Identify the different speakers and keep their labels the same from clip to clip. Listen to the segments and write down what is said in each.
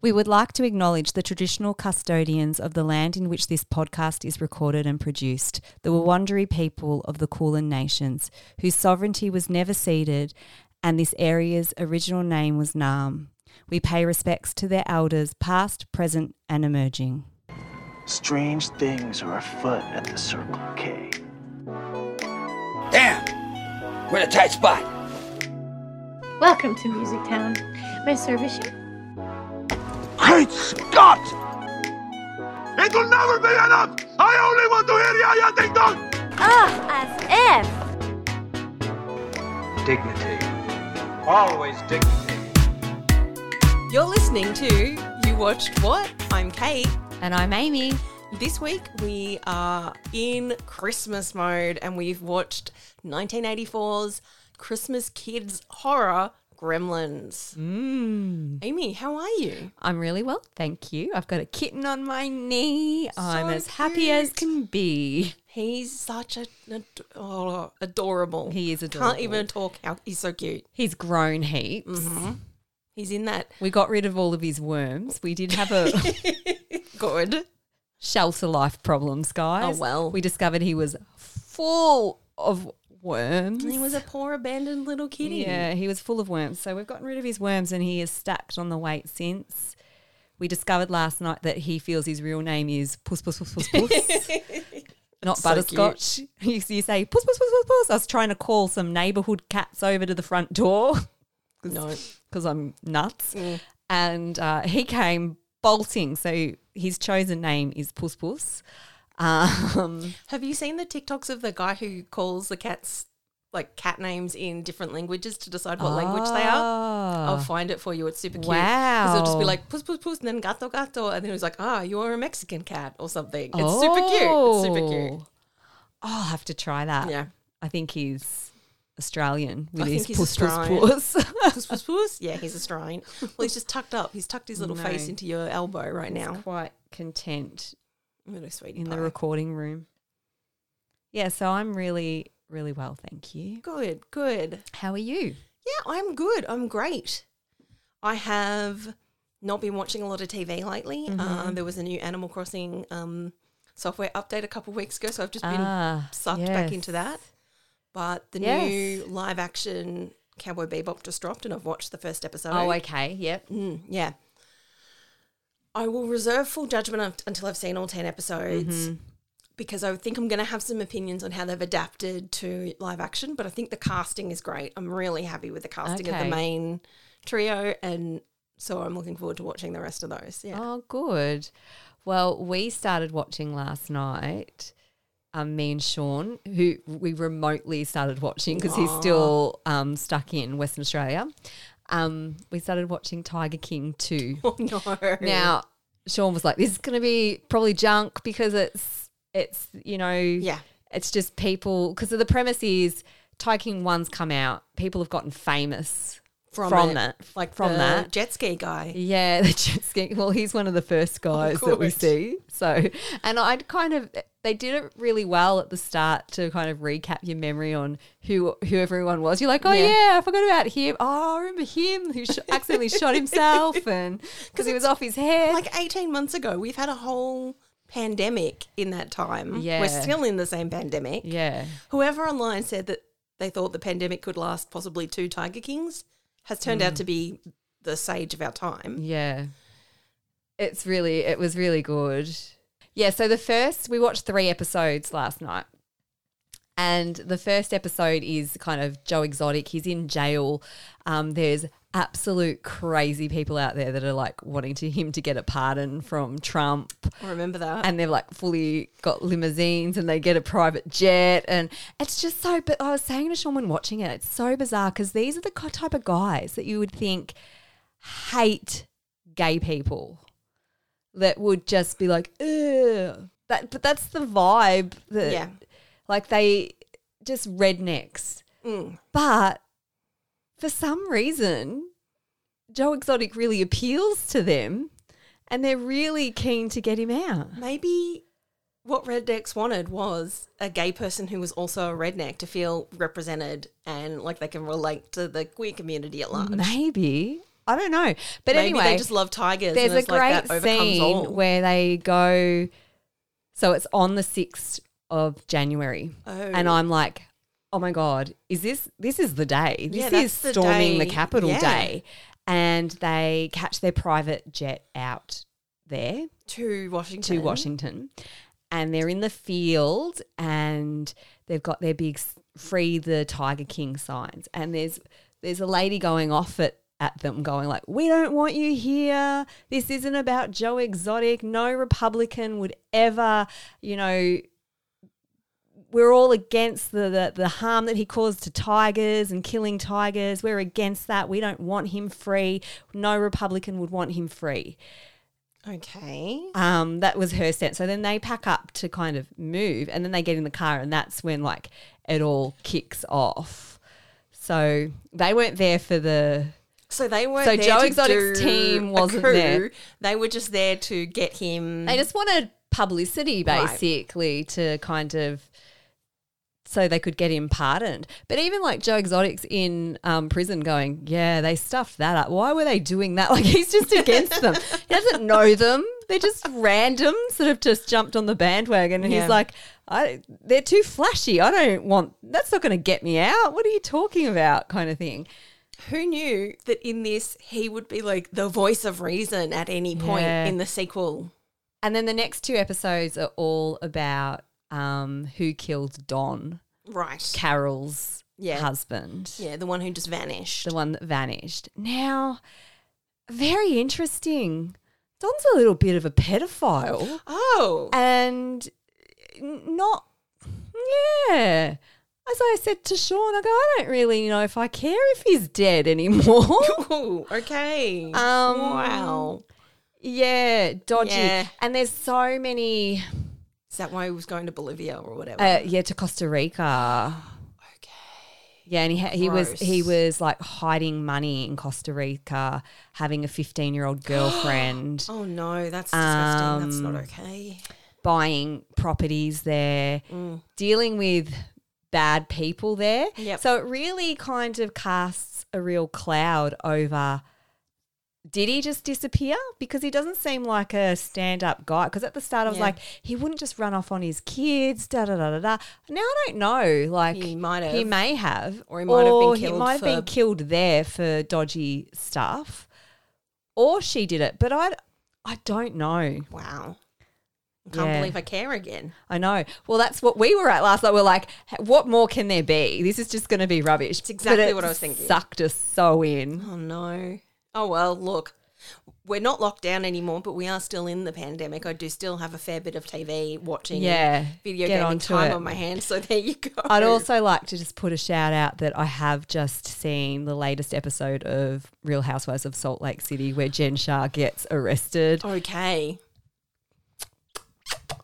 Speaker 1: We would like to acknowledge the traditional custodians of the land in which this podcast is recorded and produced, the Wurundjeri people of the Kulin Nations, whose sovereignty was never ceded and this area's original name was Naam. We pay respects to their elders, past, present, and emerging.
Speaker 2: Strange things are afoot at the Circle K.
Speaker 3: Damn! We're in a tight spot.
Speaker 4: Welcome to Music Town. May I service you?
Speaker 3: Great Scott! It'll never be enough! I only want to hear ya, ya ding dong!
Speaker 4: Ah, as if!
Speaker 5: dignity. Always dignity.
Speaker 6: You're listening to You Watched What? I'm Kate.
Speaker 1: And I'm Amy.
Speaker 6: This week we are in Christmas mode and we've watched 1984's Christmas Kids horror Gremlins. Amy, how are you?
Speaker 1: I'm really well, thank you. I've got a kitten on my knee. I'm
Speaker 6: So
Speaker 1: as happy as
Speaker 6: cute.
Speaker 1: can be.
Speaker 6: He's such a, an ad- oh, adorable.
Speaker 1: He is
Speaker 6: Can't
Speaker 1: adorable.
Speaker 6: even talk. How he's so cute.
Speaker 1: He's grown heaps.
Speaker 6: He's in that
Speaker 1: We got rid of all of his worms. We did have a
Speaker 6: good.
Speaker 1: shelter life problems, guys.
Speaker 6: Oh, well.
Speaker 1: We discovered he was full of worms.
Speaker 6: He was a poor abandoned little kitty.
Speaker 1: Yeah, he was full of worms. So we've gotten rid of his worms and he is stacked on the weight since. We discovered last night that he feels his real name is Puss Puss Puss Puss Puss. Not
Speaker 6: So
Speaker 1: butterscotch. You, you say Puss Puss Puss Puss Puss. I was trying to call some neighborhood cats over to the front door
Speaker 6: No.
Speaker 1: because I'm nuts.
Speaker 6: Mm.
Speaker 1: And uh, he came bolting. So his chosen name is Puss Puss. Um,
Speaker 6: Have you seen the TikToks of the guy who calls the cats like cat names in different languages to decide what language they are? I'll find it for you. It's super cute. it'll just be
Speaker 1: Ah. Wow.
Speaker 6: like puss puss puss, and then gato gato, and then it was like, ah, you are a Mexican cat or something. It's super cute. It's super cute.
Speaker 1: Oh. I'll have to try that.
Speaker 6: Yeah.
Speaker 1: I think he's Australian with
Speaker 6: I
Speaker 1: his
Speaker 6: think he's
Speaker 1: puss, puss
Speaker 6: Australian.
Speaker 1: puss
Speaker 6: Puss puss puss. Yeah, he's Australian. Well, he's just tucked up. He's tucked his little
Speaker 1: No.
Speaker 6: face into your elbow right now.
Speaker 1: Quite content
Speaker 6: Little sweetie
Speaker 1: in the
Speaker 6: pie.
Speaker 1: recording room. Yeah, so I'm really, really well, thank you.
Speaker 6: Good, good.
Speaker 1: How are you?
Speaker 6: Yeah, I'm good. I'm great. I have not been watching a lot of TV lately.
Speaker 1: Mm-hmm.
Speaker 6: Um, there was a new Animal Crossing um, software update a couple of weeks ago, so I've just been
Speaker 1: Ah,
Speaker 6: sucked back
Speaker 1: yes.
Speaker 6: into that. But the
Speaker 1: Yes.
Speaker 6: new live action Cowboy Bebop just dropped, and I've watched the first episode.
Speaker 1: Oh, okay. Yep.
Speaker 6: Mm, yeah. I will reserve full judgment un- until I've seen all 10 episodes
Speaker 1: Mm-hmm.
Speaker 6: because I think I'm going to have some opinions on how they've adapted to live action, but I think the casting is great. I'm really happy with the casting of
Speaker 1: Okay.
Speaker 6: the main trio and so I'm looking forward to watching the rest of those. Yeah.
Speaker 1: Oh, good. Well, we started watching last night. Um, me and Sean, who we remotely started watching because he's still um, stuck in Western Australia. Um, we started watching Tiger King 2.
Speaker 6: Oh, no.
Speaker 1: Now, Sean was like, "This is going to be probably junk because it's it's you know
Speaker 6: Yeah.
Speaker 1: it's just people because the premise is Tiger King one's come out, people have gotten famous from,
Speaker 6: it.
Speaker 1: that,
Speaker 6: Like
Speaker 1: from
Speaker 6: the
Speaker 1: that,
Speaker 6: jet ski guy.
Speaker 1: yeah, the jet skiing. Well, he's one of the first guys that we
Speaker 6: course.
Speaker 1: see. So, and I'd kind of they did it really well at the start to kind of recap your memory on who who everyone was. You're like, oh yeah,
Speaker 6: Yeah.
Speaker 1: I forgot about him. Oh, I remember him who sh- accidentally shot himself and because he was off his head.
Speaker 6: Like 18 months ago, we've had a whole pandemic in that time.
Speaker 1: Yeah.
Speaker 6: We're still in the same pandemic.
Speaker 1: yeah,
Speaker 6: Whoever online said that they thought the pandemic could last possibly two Tiger Kings has turned out to be the sage of our time.
Speaker 1: yeah. It's really it was really good. Yeah. So the first we watched three episodes last night. And the first episode is kind of Joe Exotic. He's in jail. Um, there's absolute crazy people out there that are like wanting to him to get a pardon from Trump,
Speaker 6: I remember that.
Speaker 1: and they've like fully got limousines and they get a private jet, and it's just so. But I was saying to Sean when watching it, it's so bizarre because these are the ki- type of guys that you would think hate gay people that would just be like, Ugh. that. But that's the vibe that
Speaker 6: yeah.
Speaker 1: like they just rednecks.
Speaker 6: Mm.
Speaker 1: But for some reason, Joe Exotic really appeals to them and they're really keen to get him out.
Speaker 6: Maybe what rednecks wanted was a gay person who was also a redneck to feel represented and like they can relate to the queer community at large.
Speaker 1: Maybe. I don't know. But
Speaker 6: Maybe
Speaker 1: anyway,
Speaker 6: they just love tigers.
Speaker 1: there's
Speaker 6: and
Speaker 1: a
Speaker 6: it's like
Speaker 1: great
Speaker 6: that overcomes all.
Speaker 1: scene where they go. So it's on the sixth of January,
Speaker 6: Oh.
Speaker 1: and I'm like, "Oh my god, is this this is the day?
Speaker 6: Yeah,
Speaker 1: This is
Speaker 6: that's the
Speaker 1: storming the
Speaker 6: day.
Speaker 1: capital
Speaker 6: Yeah.
Speaker 1: day." And they catch their private jet out there
Speaker 6: to Washington.
Speaker 1: to Washington, and they're in the field, and they've got their big s- "Free the Tiger King" signs, and there's there's a lady going off at at them, going like, "We don't want you here. This isn't about Joe Exotic. No Republican would ever, you know." We're all against the, the the harm that he caused to tigers and killing tigers. We're against that. We don't want him free. No Republican would want him free.
Speaker 6: Okay.
Speaker 1: Um, that was her stance. So then they pack up to kind of move, and then they get in the car, and that's when like it all kicks off. So they weren't there for the
Speaker 6: So they weren't.
Speaker 1: So
Speaker 6: there
Speaker 1: Joe
Speaker 6: to
Speaker 1: Exotic's
Speaker 6: do
Speaker 1: team
Speaker 6: a
Speaker 1: wasn't
Speaker 6: coup.
Speaker 1: there.
Speaker 6: They were just there to get him.
Speaker 1: They just wanted publicity,
Speaker 6: Right.
Speaker 1: basically, to kind of so they could get him pardoned. But even like Joe Exotic's in um, prison, going, "Yeah, they stuffed that up. Why were they doing that? Like he's just against them. He doesn't know them. They're just random, sort of just jumped on the bandwagon." And
Speaker 6: Yeah.
Speaker 1: he's like, I, "They're too flashy. I don't want. That's not going to get me out. What are you talking about?" Kind of thing.
Speaker 6: Who knew that in this he would be like the voice of reason at any point
Speaker 1: Yeah.
Speaker 6: in the sequel?
Speaker 1: And then the next two episodes are all about um, who killed Don.
Speaker 6: Right.
Speaker 1: Carol's
Speaker 6: Yeah.
Speaker 1: husband,
Speaker 6: Yeah, the one who just vanished.
Speaker 1: the one that vanished. Now, very interesting. Don's a little bit of a pedophile
Speaker 6: Oh.
Speaker 1: and n- not, yeah. As I said to Sean, I go, I don't really know if I care if he's dead anymore.
Speaker 6: Ooh, okay. Um,
Speaker 1: Um,
Speaker 6: wow.
Speaker 1: yeah, dodgy.
Speaker 6: Yeah.
Speaker 1: And there's so many,
Speaker 6: Is that why he was going to Bolivia or whatever?
Speaker 1: uh, yeah, to Costa Rica. Yeah, and he, ha- he was he
Speaker 6: Gross.
Speaker 1: was like hiding money in Costa Rica, having a fifteen year old girlfriend,
Speaker 6: oh no, that's disgusting. that's not
Speaker 1: Um,
Speaker 6: okay. Mm,
Speaker 1: buying properties there, dealing with bad people there.
Speaker 6: Yep.
Speaker 1: So it really kind of casts a real cloud over. Did he just disappear? Because he doesn't seem like a stand up guy. Because at the start I was
Speaker 6: Yeah.
Speaker 1: like, he wouldn't just run off on his kids. Da da da da da. Now I don't know. Like
Speaker 6: He might
Speaker 1: He
Speaker 6: have.
Speaker 1: may have, or
Speaker 6: he might have been
Speaker 1: or He
Speaker 6: killed
Speaker 1: might have been
Speaker 6: for-
Speaker 1: killed there for dodgy stuff, or she did it. But I, I don't know.
Speaker 6: Wow. I can't
Speaker 1: Yeah.
Speaker 6: believe I care again.
Speaker 1: I know. Well, that's what we were at last night. We're like, "H- what more can there be? This is just going to be rubbish. It's
Speaker 6: exactly what I was thinking.
Speaker 1: Sucked us so in.
Speaker 6: Oh no. Oh well, look. We're not locked down anymore, but we are still in the pandemic. I do still have a fair bit of TV watching.
Speaker 1: Yeah,
Speaker 6: Video
Speaker 1: get
Speaker 6: gaming
Speaker 1: onto
Speaker 6: time
Speaker 1: it.
Speaker 6: on my hands, so there you go.
Speaker 1: I'd also like to just put a shout out that I have just seen the latest episode of Real Housewives of Salt Lake City where Jen Shah gets arrested.
Speaker 6: Okay.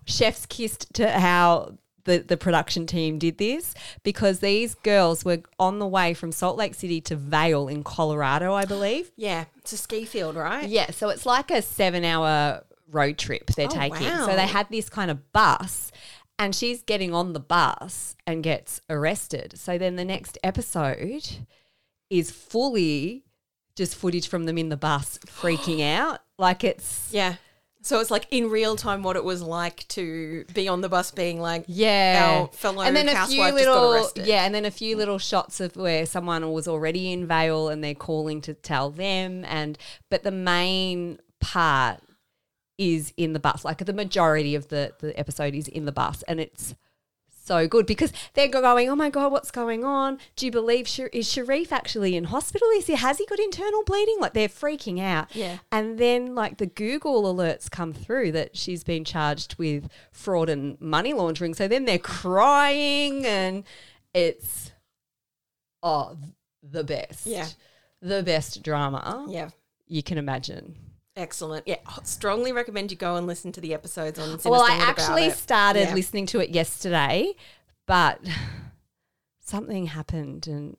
Speaker 1: chef's kissed to how the, the production team did this because these girls were on the way from Salt Lake City to Vail in Colorado, I believe.
Speaker 6: Yeah. It's a ski field, right? Oh,
Speaker 1: Yeah, so it's like a seven hour road trip they're taking. So
Speaker 6: wow.
Speaker 1: they had this kind of bus, and she's getting on the bus and gets arrested. So then the next episode is fully just footage from them in the bus freaking out. Like it's,
Speaker 6: Yeah. So it's like in real time what it was like to be on the bus being like,
Speaker 1: Yeah,
Speaker 6: Our fellow
Speaker 1: and then a
Speaker 6: housewife
Speaker 1: few
Speaker 6: just got
Speaker 1: little
Speaker 6: arrested.
Speaker 1: yeah, and then a few little shots of where someone was already in Vale and they're calling to tell them, and but the main part is in the bus. Like the majority of the the episode is in the bus, and it's so good because they're going, oh my god, what's going on? Do you believe Sher- is Sharif actually in hospital? Is he has he got internal bleeding? Like they're freaking out.
Speaker 6: Yeah.
Speaker 1: And then like the Google alerts come through that she's been charged with fraud and money laundering. So then they're crying and it's oh the best.
Speaker 6: Yeah.
Speaker 1: The best drama
Speaker 6: Yeah.
Speaker 1: you can imagine.
Speaker 6: Excellent. Yeah. Strongly recommend you go and listen to the episodes on Sinister
Speaker 1: well, I
Speaker 6: Wood about
Speaker 1: actually
Speaker 6: it.
Speaker 1: started
Speaker 6: Yeah.
Speaker 1: listening to it yesterday, but something happened and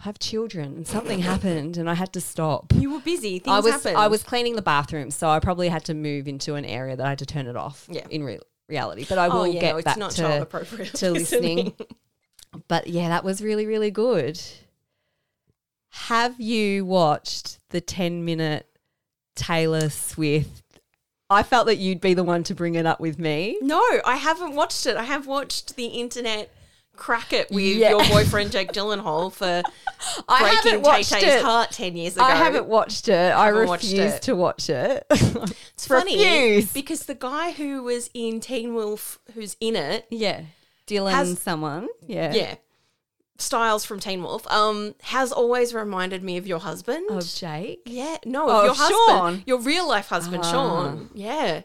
Speaker 1: I have children and something happened and I had to stop.
Speaker 6: You were busy. Things
Speaker 1: I was
Speaker 6: happened.
Speaker 1: I was cleaning the bathroom, so I probably had to move into an area that I had to turn it off
Speaker 6: Yeah.
Speaker 1: in re- reality. But I
Speaker 6: Oh,
Speaker 1: will
Speaker 6: yeah,
Speaker 1: get
Speaker 6: no, it's
Speaker 1: back
Speaker 6: not
Speaker 1: to,
Speaker 6: child appropriate
Speaker 1: to listening. but yeah, that was really, really good. Have you watched the 10 minute Taylor Swift? I felt that you'd be the one to bring it up with me.
Speaker 6: No, I haven't watched it. I have watched the internet crack it with
Speaker 1: Yeah.
Speaker 6: your boyfriend Jake Gyllenhaal for
Speaker 1: I
Speaker 6: breaking
Speaker 1: haven't watched
Speaker 6: Tay-Tay's
Speaker 1: it.
Speaker 6: heart 10 years ago.
Speaker 1: I haven't watched it. I
Speaker 6: haven't watched
Speaker 1: refuse
Speaker 6: it.
Speaker 1: to watch it.
Speaker 6: It's funny
Speaker 1: Refuse.
Speaker 6: because the guy who was in Teen Wolf who's in it
Speaker 1: yeah. Dylan
Speaker 6: Has-
Speaker 1: someone. Yeah.
Speaker 6: Yeah. Styles from Teen Wolf um, has always reminded me of your husband.
Speaker 1: Of Oh, Jake.
Speaker 6: yeah, no,
Speaker 1: Oh,
Speaker 6: of your
Speaker 1: of
Speaker 6: husband,
Speaker 1: Sean.
Speaker 6: your real life husband,
Speaker 1: Ah.
Speaker 6: Sean. Yeah,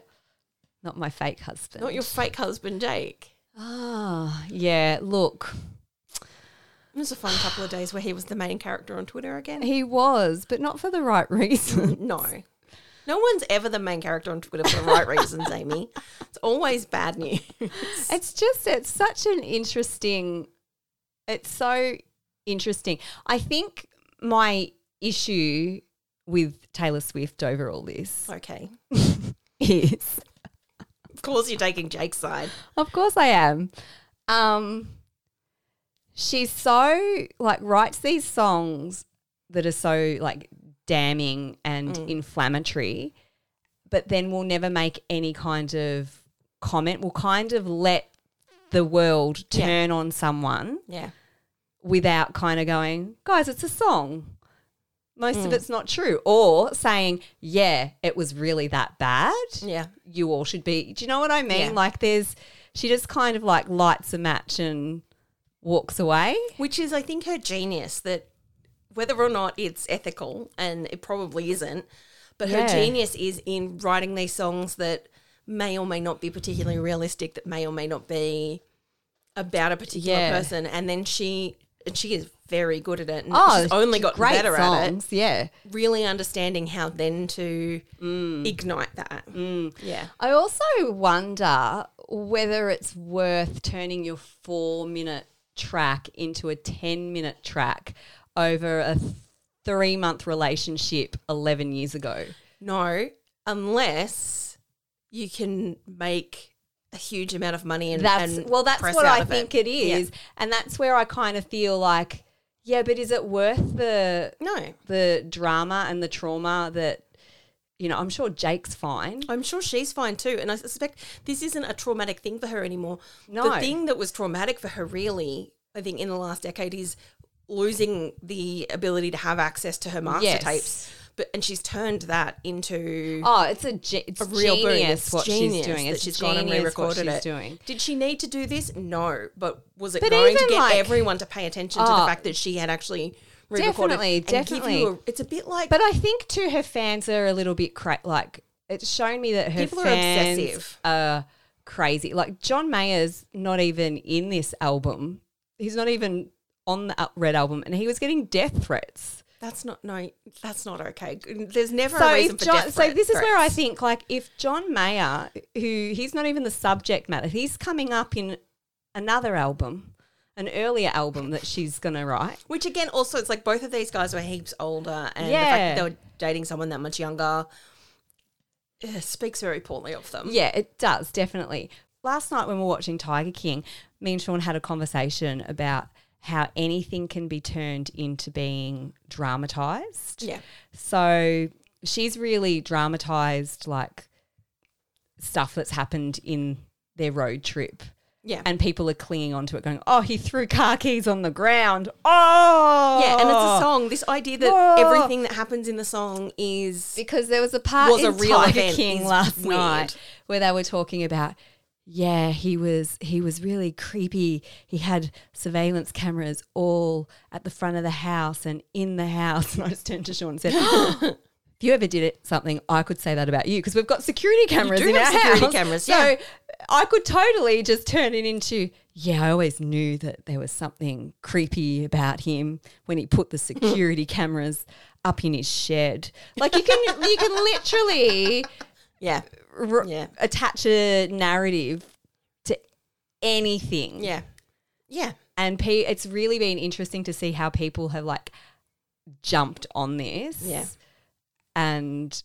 Speaker 1: Not my fake husband.
Speaker 6: not your fake husband, Jake.
Speaker 1: Ah, yeah. Look,
Speaker 6: It was a fun couple of days where he was the main character on Twitter again.
Speaker 1: he was, but not for the right reason.
Speaker 6: no, no one's ever the main character on Twitter for the right reasons, Amy. It's always bad news.
Speaker 1: It's just it's such an interesting it's so interesting. I think my issue with Taylor Swift over all this
Speaker 6: okay,
Speaker 1: is
Speaker 6: of course you're taking Jake's side.
Speaker 1: of course I am. Um she's so like writes these songs that are so like damning and inflammatory, but then will never make any kind of comment. Will kind of let the world
Speaker 6: Yeah.
Speaker 1: turn on someone
Speaker 6: Yeah,
Speaker 1: without kind of going, guys, it's a song. Most of it's not true. Or saying, yeah, it was really that bad.
Speaker 6: yeah,
Speaker 1: You all should be. Do you know what I mean?
Speaker 6: Yeah.
Speaker 1: Like, there's, she just kind of like lights a match and walks away.
Speaker 6: Which is, I think, her genius that whether or not it's ethical, and it probably isn't, but
Speaker 1: Yeah.
Speaker 6: her genius is in writing these songs that may or may not be particularly realistic, that may or may not be about a particular
Speaker 1: Yeah.
Speaker 6: person. And then she, and she is very good at it. And she's
Speaker 1: it's
Speaker 6: only gotten better at it.
Speaker 1: Oh, songs. Yeah.
Speaker 6: Really understanding how then to
Speaker 1: Mm.
Speaker 6: ignite that. Yeah.
Speaker 1: I also wonder whether it's worth turning your four minute track into a 10 minute track over a th- three month relationship 11 years ago.
Speaker 6: No, unless you can make a huge amount of money and
Speaker 1: That's
Speaker 6: and
Speaker 1: well, that's
Speaker 6: press
Speaker 1: what
Speaker 6: out
Speaker 1: I
Speaker 6: of
Speaker 1: think it
Speaker 6: it
Speaker 1: is, and that's where I kind of feel like, yeah, but is it worth the
Speaker 6: No,
Speaker 1: the drama and the trauma that you know? I'm sure Jake's fine.
Speaker 6: I'm sure she's fine too. And I suspect this isn't a traumatic thing for her anymore.
Speaker 1: No.
Speaker 6: The thing that was traumatic for her, really, I think, in the last decade is losing the ability to have access to her master
Speaker 1: Yes.
Speaker 6: tapes. But, and she's turned that into
Speaker 1: Oh, it's a, ge- it's
Speaker 6: a real boon.
Speaker 1: genius
Speaker 6: It's
Speaker 1: what she's
Speaker 6: genius
Speaker 1: doing.
Speaker 6: that
Speaker 1: It's
Speaker 6: she's gone
Speaker 1: genius
Speaker 6: and
Speaker 1: what
Speaker 6: re-recorded
Speaker 1: she's
Speaker 6: it.
Speaker 1: doing.
Speaker 6: Did she need to do this? No. But was it
Speaker 1: But
Speaker 6: going to
Speaker 1: even
Speaker 6: get
Speaker 1: like-
Speaker 6: everyone to pay attention to
Speaker 1: Oh.
Speaker 6: the fact that she had actually re-recorded
Speaker 1: Definitely,
Speaker 6: and give you
Speaker 1: definitely.
Speaker 6: a- it's a bit like
Speaker 1: But I think too, her fans are a little bit cra- like it's shown me that her
Speaker 6: People are
Speaker 1: fans
Speaker 6: obsessive.
Speaker 1: are crazy. Like John Mayer's not even in this album. He's not even on the uh, Red album, and he was getting death threats.
Speaker 6: that's not no. That's not okay. There's never
Speaker 1: So
Speaker 6: a reason
Speaker 1: if
Speaker 6: for
Speaker 1: John,
Speaker 6: death
Speaker 1: so
Speaker 6: threat-
Speaker 1: this is where I
Speaker 6: threats.
Speaker 1: think like if John Mayer, who he's not even the subject matter, he's coming up in another album, an earlier album that she's gonna write.
Speaker 6: Which again, also, it's like both of these guys were heaps older, and the
Speaker 1: Yeah.
Speaker 6: fact that they were dating someone that much younger eh, speaks very poorly of them.
Speaker 1: Yeah, it does, definitely. Last night when we were watching Tiger King, me and Sean had a conversation about how anything can be turned into being dramatized.
Speaker 6: yeah,
Speaker 1: So she's really dramatized like stuff that's happened in their road trip.
Speaker 6: yeah.
Speaker 1: And people are clinging onto it, going, "Oh, he threw car keys on the ground. Oh,
Speaker 6: yeah, and it's a song. This idea that
Speaker 1: Oh.
Speaker 6: everything that happens in the song is
Speaker 1: because there was a part
Speaker 6: Was
Speaker 1: in
Speaker 6: a real
Speaker 1: Tiger
Speaker 6: event
Speaker 1: King
Speaker 6: is
Speaker 1: last
Speaker 6: weird.
Speaker 1: night where they were talking about yeah he was he was really creepy he had surveillance cameras all at the front of the house and in the house and I just turned to Sean and said if you ever did it something I could say that about you because we've got security cameras
Speaker 6: do
Speaker 1: in
Speaker 6: have
Speaker 1: our
Speaker 6: security
Speaker 1: house
Speaker 6: cameras,
Speaker 1: so
Speaker 6: yeah.
Speaker 1: I could totally just turn it into yeah I always knew that there was something creepy about him when he put the security cameras up in his shed like you can you can literally
Speaker 6: yeah,
Speaker 1: r-
Speaker 6: Yeah.
Speaker 1: attach a narrative to anything.
Speaker 6: yeah, yeah.
Speaker 1: And P- it's really been interesting to see how people have like jumped on this.
Speaker 6: Yeah.
Speaker 1: And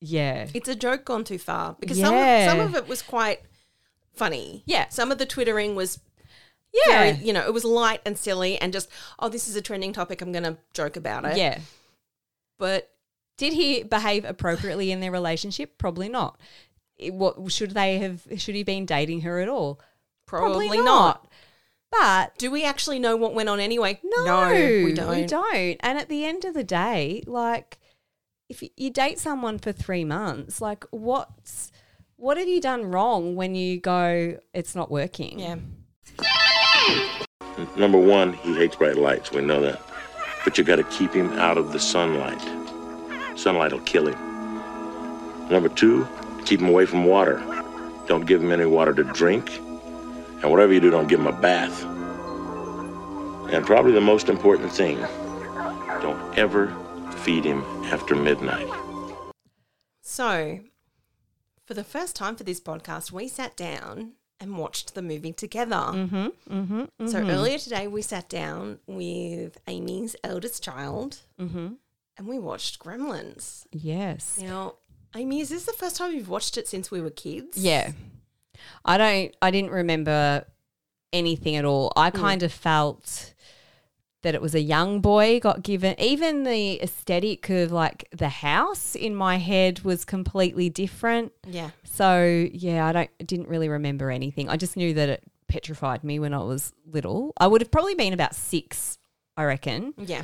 Speaker 1: yeah.
Speaker 6: It's a joke gone too far because some of,
Speaker 1: Yeah.
Speaker 6: some of it was quite funny.
Speaker 1: Yeah.
Speaker 6: some of the twittering was
Speaker 1: Yeah.
Speaker 6: very, you know, it was light and silly and just, oh, this is a trending topic. I'm going to joke about it.
Speaker 1: yeah.
Speaker 6: But
Speaker 1: Did he behave appropriately in their relationship? Probably not. It- what should they have? Should he been dating her at all?
Speaker 6: probably, not.
Speaker 1: But
Speaker 6: Do we actually know what went on anyway?
Speaker 1: No,
Speaker 6: we don't.
Speaker 1: We don't. And at the end of the day, like if y- you date someone for three months, like what's what have you done wrong when you go, it's not working?
Speaker 6: Yeah.
Speaker 7: Number one, he hates bright lights. We know that. But you got to keep him out of the sunlight. Sunlight will kill him. Number two, keep him away from water. Don't give him any water to drink. And whatever you do, don't give him a bath. And probably the most important thing, don't ever feed him after midnight.
Speaker 6: So, for the first time for this podcast, we sat down and watched the movie together. Mm-hmm, mm-hmm, So, earlier today, we sat down with Amy's eldest child Mm-hmm. and we watched Gremlins.
Speaker 1: Yes.
Speaker 6: Now, Amy, is this the first time you've watched it since we were kids?
Speaker 1: Yeah. I don't I didn't remember anything at all. I kind of felt that it was a young boy got given even the aesthetic of like the house in my head was completely different.
Speaker 6: Yeah.
Speaker 1: So yeah, I don't didn't really remember anything. I just knew that it petrified me when I was little. I would have probably been about six, I reckon.
Speaker 6: Yeah.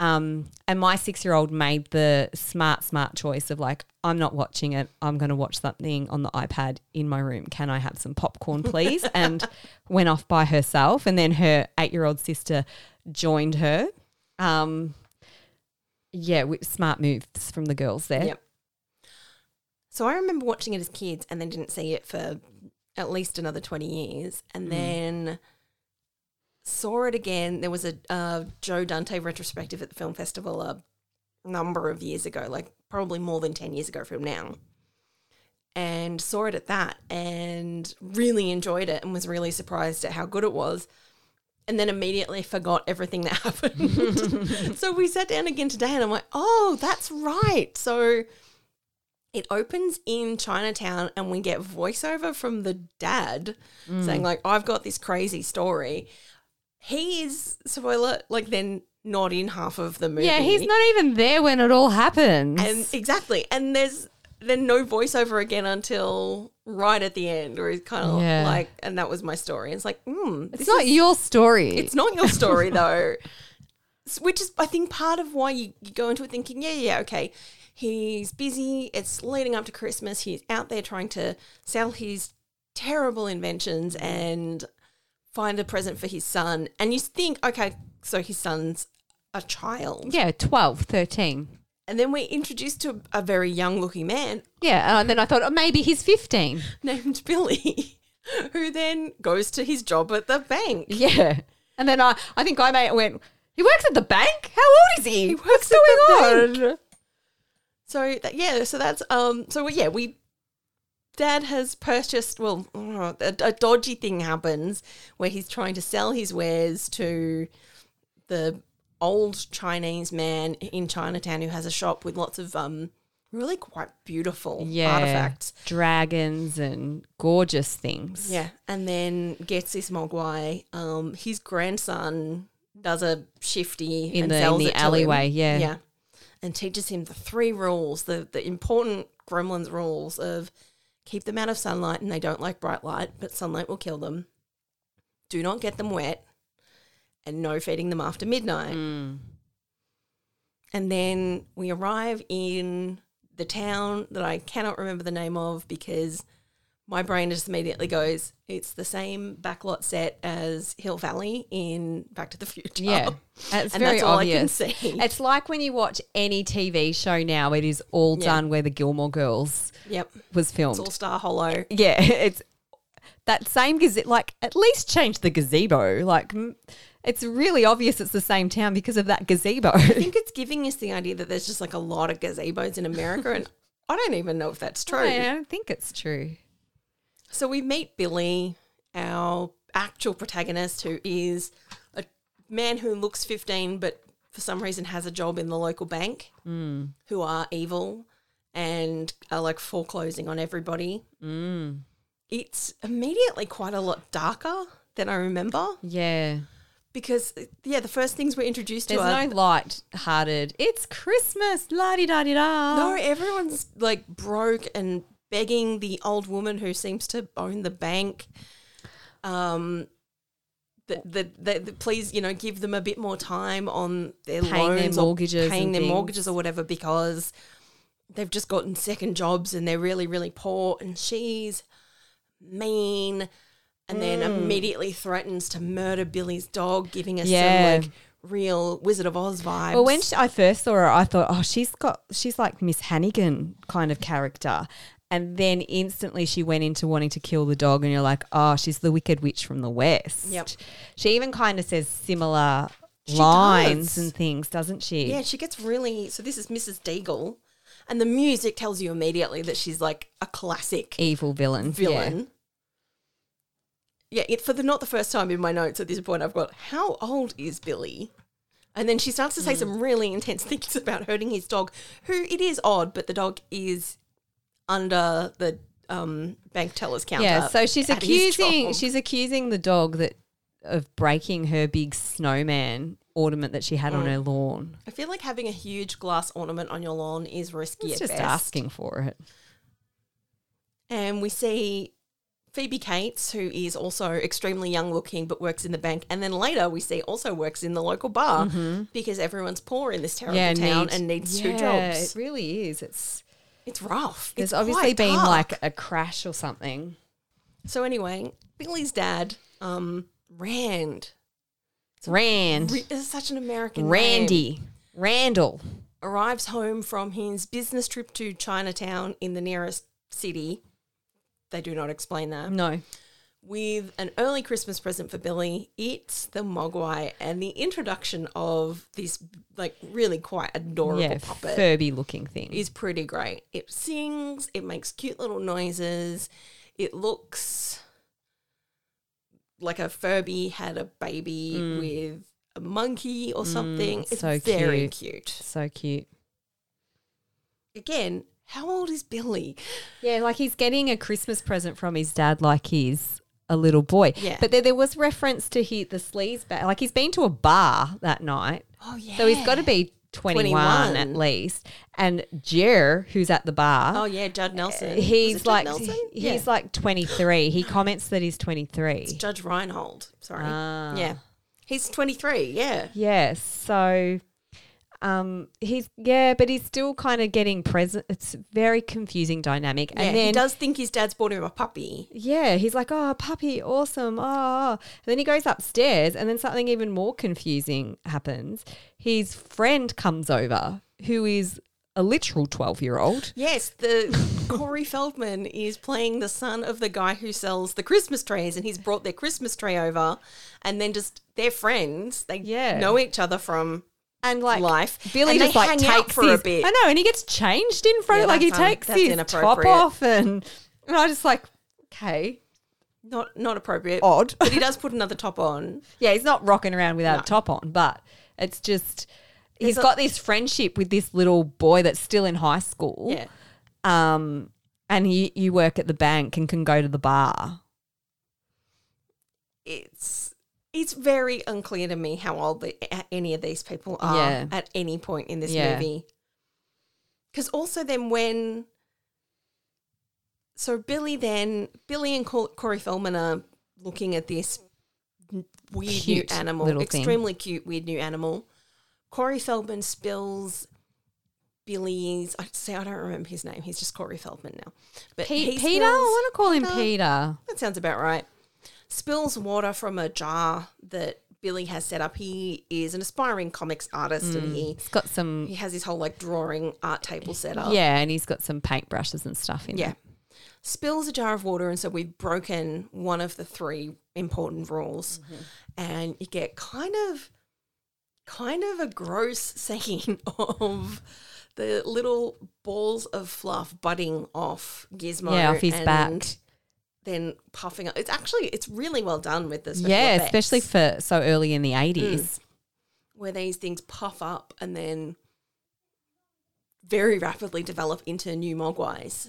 Speaker 1: Um, and my six year old made the smart, smart choice of like, I'm not watching it. I'm going to watch something on the iPad in my room. Can I have some popcorn, please? and went off by herself. And then her eight year old sister joined her. Um, yeah, wi- smart moves from the girls there.
Speaker 6: Yep. So I remember watching it as kids and then didn't see it for at least another 20 years and then saw it again. There was a uh, Joe Dante retrospective at the film festival a number of years ago, like probably more than 10 years ago from now. And saw it at that and really enjoyed it and was really surprised at how good it was. And then immediately forgot everything that happened. so we sat down again today and I'm like, oh, that's right. So it opens in Chinatown and we get voiceover from the dad
Speaker 1: Mm.
Speaker 6: saying like I've got this crazy story. He is spoiler like then not in half of the movie.
Speaker 1: Yeah, he's not even there when it all happens.
Speaker 6: And exactly. And there's then no voiceover again until right at the end where he's kind of
Speaker 1: Yeah.
Speaker 6: like and that was my story. And it's like, hmm,
Speaker 1: it's not your story.
Speaker 6: it's not your story though. S- Which is, I think, part of why you, you go into it thinking, yeah, yeah, okay, he's busy. It's leading up to Christmas. He's out there trying to sell his terrible inventions and find a present for his son. And you think, okay, so his son's a child.
Speaker 1: yeah, 12, 13.
Speaker 6: And then we're introduced to a very young looking man
Speaker 1: Yeah, and then I thought, oh, maybe he's 15.
Speaker 6: named Billy, who then goes to his job at the bank.
Speaker 1: Yeah. And then I, I think I may went, he works at the bank? How old is he?
Speaker 6: He
Speaker 1: What's
Speaker 6: works
Speaker 1: going
Speaker 6: at the
Speaker 1: on?
Speaker 6: So that, yeah, so that's um. So yeah, we dad has purchased. Well, uh, a, a dodgy thing happens where he's trying to sell his wares to the old Chinese man in Chinatown who has a shop with lots of um really quite beautiful artifacts.
Speaker 1: Dragons and gorgeous things.
Speaker 6: Yeah, and then gets this Mogwai. Um, his grandson does a shifty
Speaker 1: In
Speaker 6: and
Speaker 1: the- in
Speaker 6: sells
Speaker 1: the
Speaker 6: it to him.
Speaker 1: alleyway, yeah.
Speaker 6: yeah, and teaches him the three rules, the the important gremlins rules of keep them out of sunlight, and they don't like bright light, but sunlight will kill them. Do not get them wet, and no feeding them after midnight.
Speaker 1: Mm.
Speaker 6: And then we arrive in the town that I cannot remember the name of because my brain just immediately goes, it's the same backlot set as Hill Valley in Back to the Future.
Speaker 1: Yeah. That's
Speaker 6: Oh. and
Speaker 1: very
Speaker 6: that's all
Speaker 1: obvious.
Speaker 6: I can see.
Speaker 1: It's like when you watch any TV show now, it is all
Speaker 6: Yeah.
Speaker 1: done where the Gilmore Girls
Speaker 6: yep.
Speaker 1: was
Speaker 6: It's all
Speaker 1: filmed.
Speaker 6: Star Hollow.
Speaker 1: Yeah, it's that same gazebo. Like, at least change the gazebo. Like, m- it's really obvious it's the same town because of that gazebo.
Speaker 6: I think it's giving us the idea that there's just like a lot of gazebos in America, and I don't even know if that's true.
Speaker 1: I don't think it's true.
Speaker 6: So we meet Billy, our actual protagonist, who is a man who looks 15 but for some reason has a job in the local bank,
Speaker 1: Hmm.
Speaker 6: who are evil and are like
Speaker 1: Hmm.
Speaker 6: foreclosing on everybody. It's immediately quite a lot darker than I remember
Speaker 1: Yeah.
Speaker 6: because yeah, the first things were introduced
Speaker 1: There's
Speaker 6: to us.
Speaker 1: no light-hearted. It's Christmas, la di da di da.
Speaker 6: No, everyone's like broke and begging the old woman who seems to own the bank. Um, that that that- that please, you know, give them a bit more time on their
Speaker 1: Paying their
Speaker 6: loans
Speaker 1: mortgages
Speaker 6: or paying
Speaker 1: and
Speaker 6: their
Speaker 1: things.
Speaker 6: mortgages or whatever because they've just gotten second jobs and they're really really poor. And she's mean, and then
Speaker 1: Mm.
Speaker 6: immediately threatens to murder Billy's dog, giving us
Speaker 1: Yeah.
Speaker 6: some like real Wizard of Oz vibes.
Speaker 1: Well, when she, I first saw her, I thought, oh, she's got she's like Miss Hannigan kind of character. And then instantly she went into wanting to kill the dog, and you're like, oh, she's the wicked witch from the west.
Speaker 6: Yep.
Speaker 1: She even kind of says similar
Speaker 6: She
Speaker 1: lines
Speaker 6: does.
Speaker 1: and things, doesn't she?
Speaker 6: Yeah, she gets really. So this is Mrs. Deagle, and the music tells you immediately that she's like a classic
Speaker 1: Evil villain.
Speaker 6: villain. Yeah, it, for the not the first time in my notes at this point, I've got how old is Billy? And then she starts to
Speaker 1: Hmm.
Speaker 6: say some really intense things about hurting his dog, who it is odd, but the dog is under the um, bank teller's
Speaker 1: Yeah.
Speaker 6: counter.
Speaker 1: yeah so she's
Speaker 6: at his
Speaker 1: accusing
Speaker 6: job.
Speaker 1: she's accusing the dog that of breaking her big snowman ornament that she had
Speaker 6: Mm.
Speaker 1: on her lawn.
Speaker 6: I feel like having a huge glass ornament on your lawn is risky.
Speaker 1: It's
Speaker 6: at
Speaker 1: just
Speaker 6: best.
Speaker 1: asking for it.
Speaker 6: and we see Phoebe Cates, who is also extremely young looking but works in the bank. And then later we see also works in the local bar
Speaker 1: Mm-hmm.
Speaker 6: because everyone's poor in this terrible town and needs two
Speaker 1: yeah,
Speaker 6: jobs.
Speaker 1: It really is. It's
Speaker 6: It's rough.
Speaker 1: There's
Speaker 6: It's
Speaker 1: obviously
Speaker 6: quite
Speaker 1: been
Speaker 6: dark.
Speaker 1: like a crash or something.
Speaker 6: So, anyway, Billy's dad, um, Rand.
Speaker 1: Rand.
Speaker 6: Re- This is such an American name.
Speaker 1: Randy. Randall.
Speaker 6: arrives home from his business trip to Chinatown in the nearest city. They do not explain that.
Speaker 1: No.
Speaker 6: with an early Christmas present for Billy. It's the Mogwai and the introduction of this like really quite adorable
Speaker 1: Yeah.
Speaker 6: puppet
Speaker 1: Furby looking thing.
Speaker 6: is pretty great. It sings, it makes cute little noises, it looks like a Furby had a baby with a monkey or something. it's
Speaker 1: Mm. so
Speaker 6: very
Speaker 1: cute.
Speaker 6: cute.
Speaker 1: so cute.
Speaker 6: Again, how old is Billy?
Speaker 1: Yeah, like he's getting a Christmas present from his dad, like he's a little boy.
Speaker 6: Yeah.
Speaker 1: But there, there was reference to he, the sleaze bag. Like he's been to a bar that night.
Speaker 6: Oh yeah.
Speaker 1: So he's got to be 21,
Speaker 6: 21.
Speaker 1: at least. And Jer, who's at the bar.
Speaker 6: Oh yeah, Judd Nelson. Was it
Speaker 1: Uh, He's
Speaker 6: Judd
Speaker 1: like
Speaker 6: Nelson?
Speaker 1: he's
Speaker 6: Yeah.
Speaker 1: like 23. He comments that he's 23.
Speaker 6: Judge Reinhold. Sorry.
Speaker 1: Ah.
Speaker 6: Yeah. He's 23. Yeah.
Speaker 1: Yes. So um he's yeah, but he's still kind of getting present it's a very confusing dynamic.
Speaker 6: yeah.
Speaker 1: and then
Speaker 6: he does think his dad's bought him a puppy.
Speaker 1: Yeah, he's like, Oh, puppy, awesome. Oh and then he goes upstairs and then something even more confusing happens. His friend comes over, who is a literal twelve year old.
Speaker 6: Yes, the Corey Feldman is playing the son of the guy who sells the Christmas trees, and he's brought their Christmas tree over, and then just they're friends. They
Speaker 1: Yeah.
Speaker 6: know each other from
Speaker 1: And like
Speaker 6: life.
Speaker 1: Billy
Speaker 6: and
Speaker 1: just
Speaker 6: they
Speaker 1: like
Speaker 6: hang
Speaker 1: takes
Speaker 6: out for
Speaker 1: his,
Speaker 6: a bit.
Speaker 1: I know, and he gets changed in front
Speaker 6: Yeah,
Speaker 1: of like he
Speaker 6: that's un-
Speaker 1: takes
Speaker 6: that's
Speaker 1: his top
Speaker 6: inappropriate.
Speaker 1: off and and I just like, okay.
Speaker 6: Not not appropriate.
Speaker 1: Odd.
Speaker 6: but he does put another top on.
Speaker 1: Yeah, he's not rocking around without a top on, but it's just he's
Speaker 6: There's a-
Speaker 1: got this friendship with this little boy that's still in high school.
Speaker 6: Yeah.
Speaker 1: Um, and you you work at the bank and can go to the bar.
Speaker 6: it's it's very unclear to me how old the, a- any of these people are
Speaker 1: Yeah.
Speaker 6: at any point in this
Speaker 1: Yeah.
Speaker 6: movie. Because also then when so Billy then Billy and Cor- Corey Feldman are looking at this n- weird
Speaker 1: Cute
Speaker 6: new animal,
Speaker 1: little thing.
Speaker 6: extremely cute weird new animal. Corey Feldman spills Billy's. I say I don't remember his name. He's just Corey Feldman now. But
Speaker 1: Pe-
Speaker 6: he
Speaker 1: Peter, I
Speaker 6: spills-
Speaker 1: want to call him
Speaker 6: Peter.
Speaker 1: Peter.
Speaker 6: that sounds about right. Spills water from a jar that Billy has set up. He is an aspiring comics artist and he
Speaker 1: He's got some
Speaker 6: he has his whole like drawing art table set up.
Speaker 1: yeah, and he's got some paintbrushes and stuff in.
Speaker 6: Yeah.
Speaker 1: there.
Speaker 6: Spills a jar of water and so we've broken one of the three important rules. And you get kind of kind of a gross saying of the little balls of fluff budding off Gizmo.
Speaker 1: yeah, off his
Speaker 6: and
Speaker 1: back.
Speaker 6: Then puffing up. It's actually it's really well done with this.
Speaker 1: Yeah, especially for so early in the
Speaker 6: Mm.
Speaker 1: eighties.
Speaker 6: where these things puff up and then very rapidly develop into new mogwais.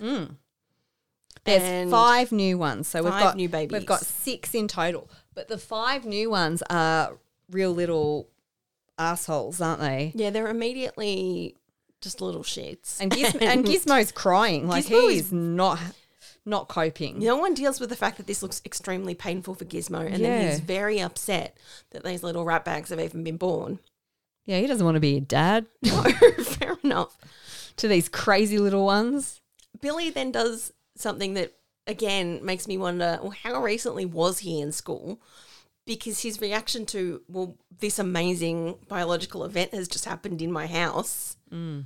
Speaker 1: There's
Speaker 6: And-
Speaker 1: five new ones, so we we've
Speaker 6: Five
Speaker 1: got
Speaker 6: new
Speaker 1: We've
Speaker 6: babies.
Speaker 1: got six in total. But the five new ones are real little assholes, aren't they?
Speaker 6: Yeah, they're immediately just little shits.
Speaker 1: And, Giz- and Gizmo's crying. Like
Speaker 6: Gizmo
Speaker 1: he's not not coping.
Speaker 6: No one deals with the fact that this looks extremely painful for Gizmo, and then he's
Speaker 1: Yeah.
Speaker 6: very upset that these little rat bags have even been born.
Speaker 1: Yeah, he doesn't want to be a dad
Speaker 6: No, fair enough.
Speaker 1: to these crazy little ones.
Speaker 6: Billy then does something that again makes me wonder well, how recently was he in school? Because his reaction to, well, this amazing biological event has just happened in my house. I'm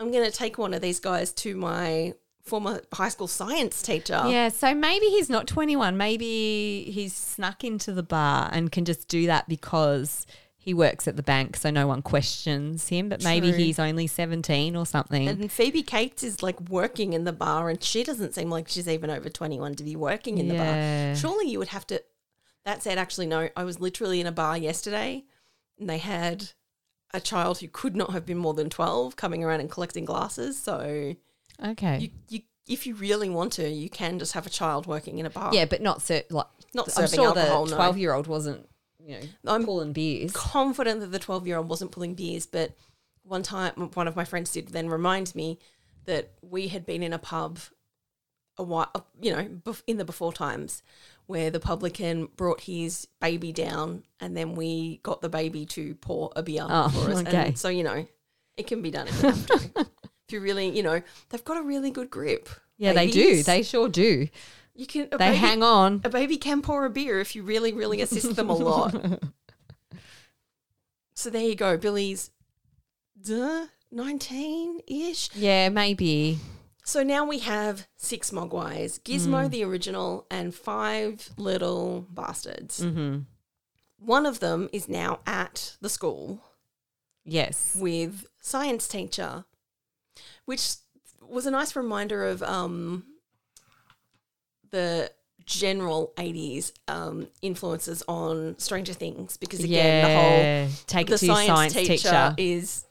Speaker 6: going to take one of these guys to my former high school science teacher.
Speaker 1: Yeah, so maybe he's not 21. Maybe he's snuck into the bar and can just do that because he works at the bank, so no one questions him. But maybe
Speaker 6: True.
Speaker 1: he's only 17 or something.
Speaker 6: And Phoebe Cates is like working in the bar, and she doesn't seem like she's even over 21 to be working in
Speaker 1: Yeah.
Speaker 6: the bar. Surely you would have to. That said, actually, no, I was literally in a bar yesterday, and they had a child who could not have been more than 12 coming around and collecting glasses. So
Speaker 1: okay.
Speaker 6: you, you if you really want to, you can just have a child working in a bar.
Speaker 1: yeah, but not ser- like
Speaker 6: Not
Speaker 1: I'm
Speaker 6: serving
Speaker 1: sure
Speaker 6: alcohol,
Speaker 1: the
Speaker 6: no.
Speaker 1: 12 year old wasn't, you know,
Speaker 6: I'm-
Speaker 1: pulling beers.
Speaker 6: confident that the 12 year old wasn't pulling beers, but one time one of my friends did then remind me that we had been in a pub a while, you know, bef- in the before times where the publican brought his baby down and then we got the baby to pour a beer
Speaker 1: Oh,
Speaker 6: for us.
Speaker 1: okay.
Speaker 6: And so, you know, it can be done if you have to. If you really, you know, they've got a really good grip.
Speaker 1: Yeah, they do.
Speaker 6: babies.
Speaker 1: They sure do.
Speaker 6: you can a
Speaker 1: They
Speaker 6: baby-
Speaker 1: hang on.
Speaker 6: a baby can pour a beer if you really, really assist them a lot. so there you go. Billy's duh, 19 ish.
Speaker 1: Yeah, maybe.
Speaker 6: So now we have six Mogwais Gizmo, the original, and five little bastards.
Speaker 1: Mm-hmm.
Speaker 6: One of them is now at the school
Speaker 1: Yes.
Speaker 6: with science teacher, which was a nice reminder of um, the general 80s um, influences on Stranger Things because again
Speaker 1: yeah.
Speaker 6: the whole
Speaker 1: Take it
Speaker 6: the
Speaker 1: to your science teacher.
Speaker 6: is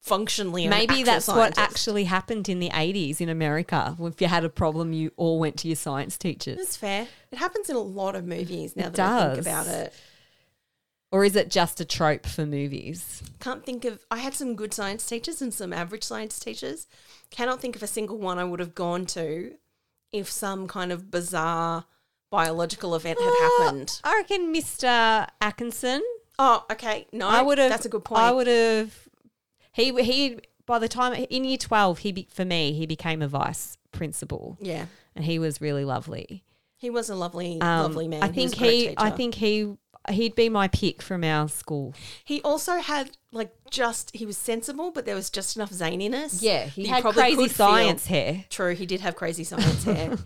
Speaker 6: functionally an
Speaker 1: Maybe
Speaker 6: actual
Speaker 1: that's what
Speaker 6: scientist.
Speaker 1: actually happened in the 80s in America. If you had a problem, you all went to your science teachers.
Speaker 6: That's fair. It happens in a lot of movies now
Speaker 1: It
Speaker 6: that I think
Speaker 1: does.
Speaker 6: about it.
Speaker 1: Or is it just a trope for movies?
Speaker 6: Can't think of I had some good science teachers and some average science teachers. Cannot think of a single one I would have gone to if some kind of bizarre biological event had
Speaker 1: Ah.
Speaker 6: happened.
Speaker 1: I reckon Mr. Atkinson.
Speaker 6: Oh, okay. No,
Speaker 1: I would have.
Speaker 6: That's a good point.
Speaker 1: I would have. He, he, by the time in year 12, he be, for me, he became a vice principal
Speaker 6: Yeah,
Speaker 1: and he was really lovely.
Speaker 6: he was a lovely,
Speaker 1: Um,
Speaker 6: lovely man.
Speaker 1: I
Speaker 6: He was
Speaker 1: think
Speaker 6: a great
Speaker 1: he, I
Speaker 6: teacher.
Speaker 1: think he, he'd be my pick from our school.
Speaker 6: he also had like just he was sensible, but there was just enough zaniness.
Speaker 1: he
Speaker 6: that you
Speaker 1: had
Speaker 6: probably
Speaker 1: crazy
Speaker 6: could feel-
Speaker 1: science hair.
Speaker 6: True, he did have crazy science hair.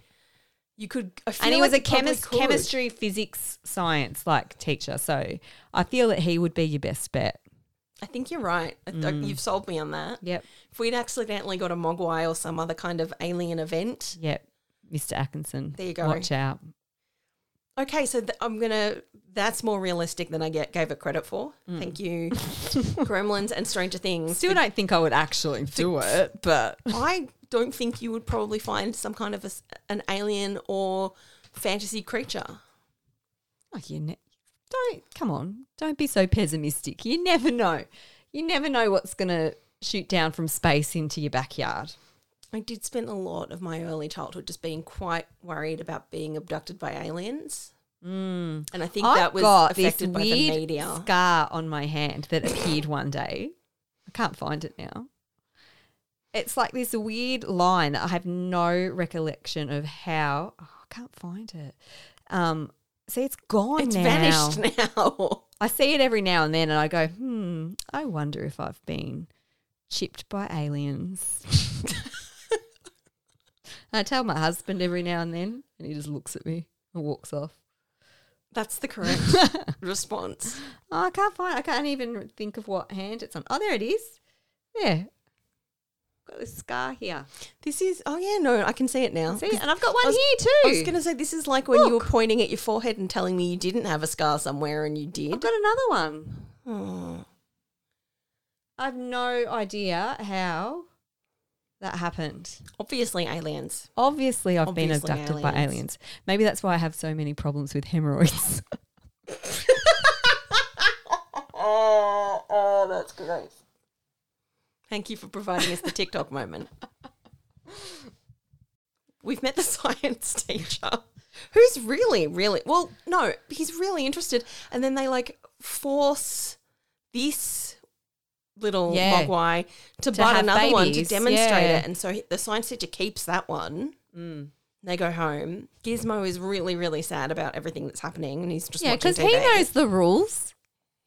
Speaker 6: You could, I feel
Speaker 1: and he
Speaker 6: like
Speaker 1: was a
Speaker 6: you probably
Speaker 1: chemist,
Speaker 6: could.
Speaker 1: chemistry, physics, science like teacher. So I feel that he would be your best bet.
Speaker 6: I think you're right. I- I-
Speaker 1: Mm.
Speaker 6: You've sold me on that.
Speaker 1: Yep,
Speaker 6: If we'd accidentally got a mogwai or some other kind of alien event,
Speaker 1: yep. Mr. Atkinson,
Speaker 6: There you go.
Speaker 1: Watch out.
Speaker 6: okay. So th- I'm gonna. That's more realistic than I get gave it credit for. Thank you, Gremlins and Stranger Things.
Speaker 1: Hmm. Still don't think I would actually do it, but
Speaker 6: I don't think you would probably find some kind of a s an alien or fantasy creature.
Speaker 1: Oh, you ne- don't come on. Don't be so pessimistic. You never know. You never know what's gonna shoot down from space into your backyard.
Speaker 6: I did spend a lot of my early childhood just being quite worried about being abducted by aliens. Mm. And I think
Speaker 1: Hmm. I've
Speaker 6: that was
Speaker 1: got this
Speaker 6: affected by the
Speaker 1: weird
Speaker 6: media.
Speaker 1: scar on my hand that appeared one day. I can't find it now. It's like this weird line that I have no recollection of how. Oh, I can't find it. Um, see, it's gone
Speaker 6: it's
Speaker 1: now.
Speaker 6: vanished now.
Speaker 1: I see it every now and then, and I go, hmm, I wonder if I've been chipped by aliens. I tell my husband every now and then, and he just looks at me and walks off.
Speaker 6: That's the correct response.
Speaker 1: Oh, I can't find. I can't even think of what hand it's on. Oh, there it is. Yeah, got this scar here.
Speaker 6: This is, oh yeah, no, I can see it now.
Speaker 1: See, and I've got one
Speaker 6: Oh, I was-
Speaker 1: here too.
Speaker 6: I was going to say, this is like when you were pointing at your forehead and telling me you didn't have a scar somewhere and you
Speaker 1: I've
Speaker 6: did.
Speaker 1: got another one.
Speaker 6: Oh.
Speaker 1: I've no idea how that happened.
Speaker 6: Obviously, aliens.
Speaker 1: Obviously, I've been
Speaker 6: Obviously
Speaker 1: abducted by
Speaker 6: aliens.
Speaker 1: aliens. Maybe that's why I have so many problems with hemorrhoids.
Speaker 6: that's great. Thank you for providing us the TikTok moment. We've met the science teacher who's really, really, well, no, he's really interested. And then they like force this little
Speaker 1: Yeah.
Speaker 6: mogwai to, buy
Speaker 1: have
Speaker 6: another one to
Speaker 1: babies,
Speaker 6: demonstrate
Speaker 1: yeah. Mm.
Speaker 6: it. And so he- the science teacher keeps that one. They go home. Gizmo is really, really sad about everything that's happening, and he's just
Speaker 1: Yeah,
Speaker 6: watching
Speaker 1: because he
Speaker 6: TV.
Speaker 1: knows the rules.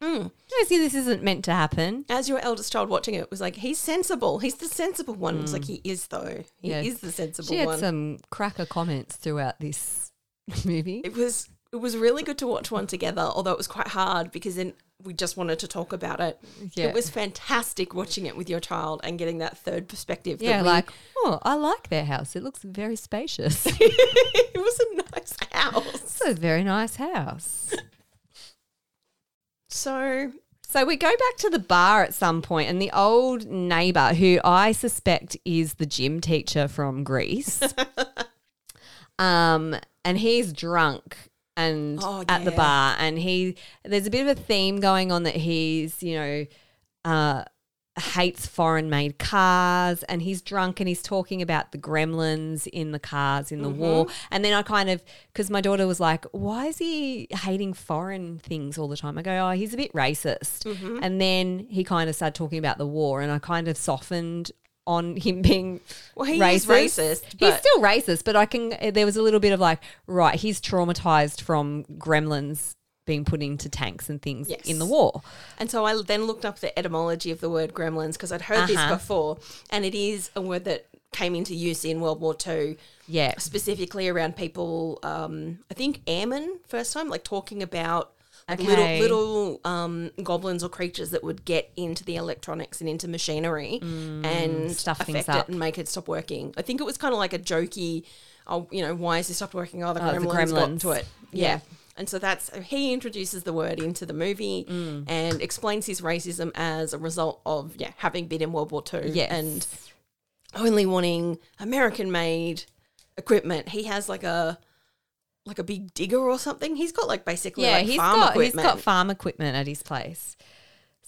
Speaker 6: Mm.
Speaker 1: He knows this isn't meant to happen.
Speaker 6: As your eldest child watching it was like, he's sensible. He's the sensible one. It's like he is though. He
Speaker 1: Mm. Yeah.
Speaker 6: is the sensible
Speaker 1: She had
Speaker 6: one.
Speaker 1: some cracker comments throughout this movie.
Speaker 6: it was it was really good to watch one together, although it was quite hard because then we just wanted to talk about it.
Speaker 1: Yeah.
Speaker 6: It was fantastic watching it with your child and getting that third perspective. that
Speaker 1: Yeah,
Speaker 6: we-
Speaker 1: like, oh, I like their house. It looks very spacious.
Speaker 6: it was a nice house.
Speaker 1: it's a very nice house.
Speaker 6: So
Speaker 1: So we go back to the bar at some point, and the old neighbor, who I suspect is the gym teacher from Greece, um, and he's drunk and
Speaker 6: Oh,
Speaker 1: at the
Speaker 6: yeah.
Speaker 1: bar, and he there's a bit of a theme going on that he's you know uh, hates foreign made cars, and he's drunk and he's talking about the gremlins in the cars in the
Speaker 6: Mm-hmm.
Speaker 1: war, and then I kind of because my daughter was like, why is he hating foreign things all the time? I go, oh, he's a bit racist,
Speaker 6: Mm-hmm.
Speaker 1: and then he kind of started talking about the war, and I kind of softened. On him being
Speaker 6: Well, he
Speaker 1: racist.
Speaker 6: is racist,
Speaker 1: He's
Speaker 6: but-
Speaker 1: still racist, but I can. There was a little bit of like, right, he's traumatized from gremlins being put into tanks and things
Speaker 6: Yes.
Speaker 1: in the war.
Speaker 6: And so I then looked up the etymology of the word gremlins because I'd heard this
Speaker 1: Uh-huh.
Speaker 6: before, and it is a word that came into use in World War II,
Speaker 1: Yeah,
Speaker 6: specifically around people. Um, I think airmen first time, like talking about like, little
Speaker 1: Okay.
Speaker 6: little um, goblins or creatures that would get into the electronics and into machinery and
Speaker 1: Mm, stuff things
Speaker 6: affect
Speaker 1: up.
Speaker 6: it and make it stop working. I think it was kind of like a jokey, oh, you know, why is this stopped working? Oh, the
Speaker 1: Oh, the
Speaker 6: gremlins,
Speaker 1: gremlins.
Speaker 6: got to it. Yeah.
Speaker 1: Yeah.
Speaker 6: And so that's he introduces the word into the movie
Speaker 1: Mm.
Speaker 6: and explains his racism as a result of yeah having been in World War Two
Speaker 1: Yes.
Speaker 6: and only wanting American made equipment. He has like a like a big digger or something. He's got like basically
Speaker 1: yeah.
Speaker 6: like
Speaker 1: he's
Speaker 6: farm
Speaker 1: got
Speaker 6: equipment.
Speaker 1: he's got farm equipment at his place.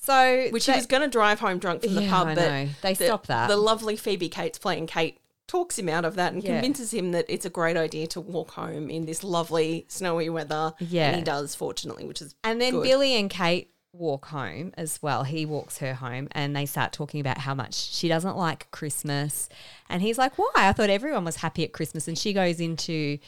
Speaker 1: So
Speaker 6: which
Speaker 1: that-
Speaker 6: he was going to drive home drunk from the
Speaker 1: Yeah,
Speaker 6: pub,
Speaker 1: I
Speaker 6: but
Speaker 1: know. They
Speaker 6: the-
Speaker 1: stopped that.
Speaker 6: The lovely Phoebe Cates playing Kate talks him out of that and
Speaker 1: Yeah.
Speaker 6: convinces him that it's a great idea to walk home in this lovely snowy weather.
Speaker 1: Yeah.
Speaker 6: and he does fortunately, which is
Speaker 1: and then
Speaker 6: good.
Speaker 1: Billy and Kate walk home as well. He walks her home, and they start talking about how much she doesn't like Christmas, and he's like, "Why? I thought everyone was happy at Christmas," and she goes into.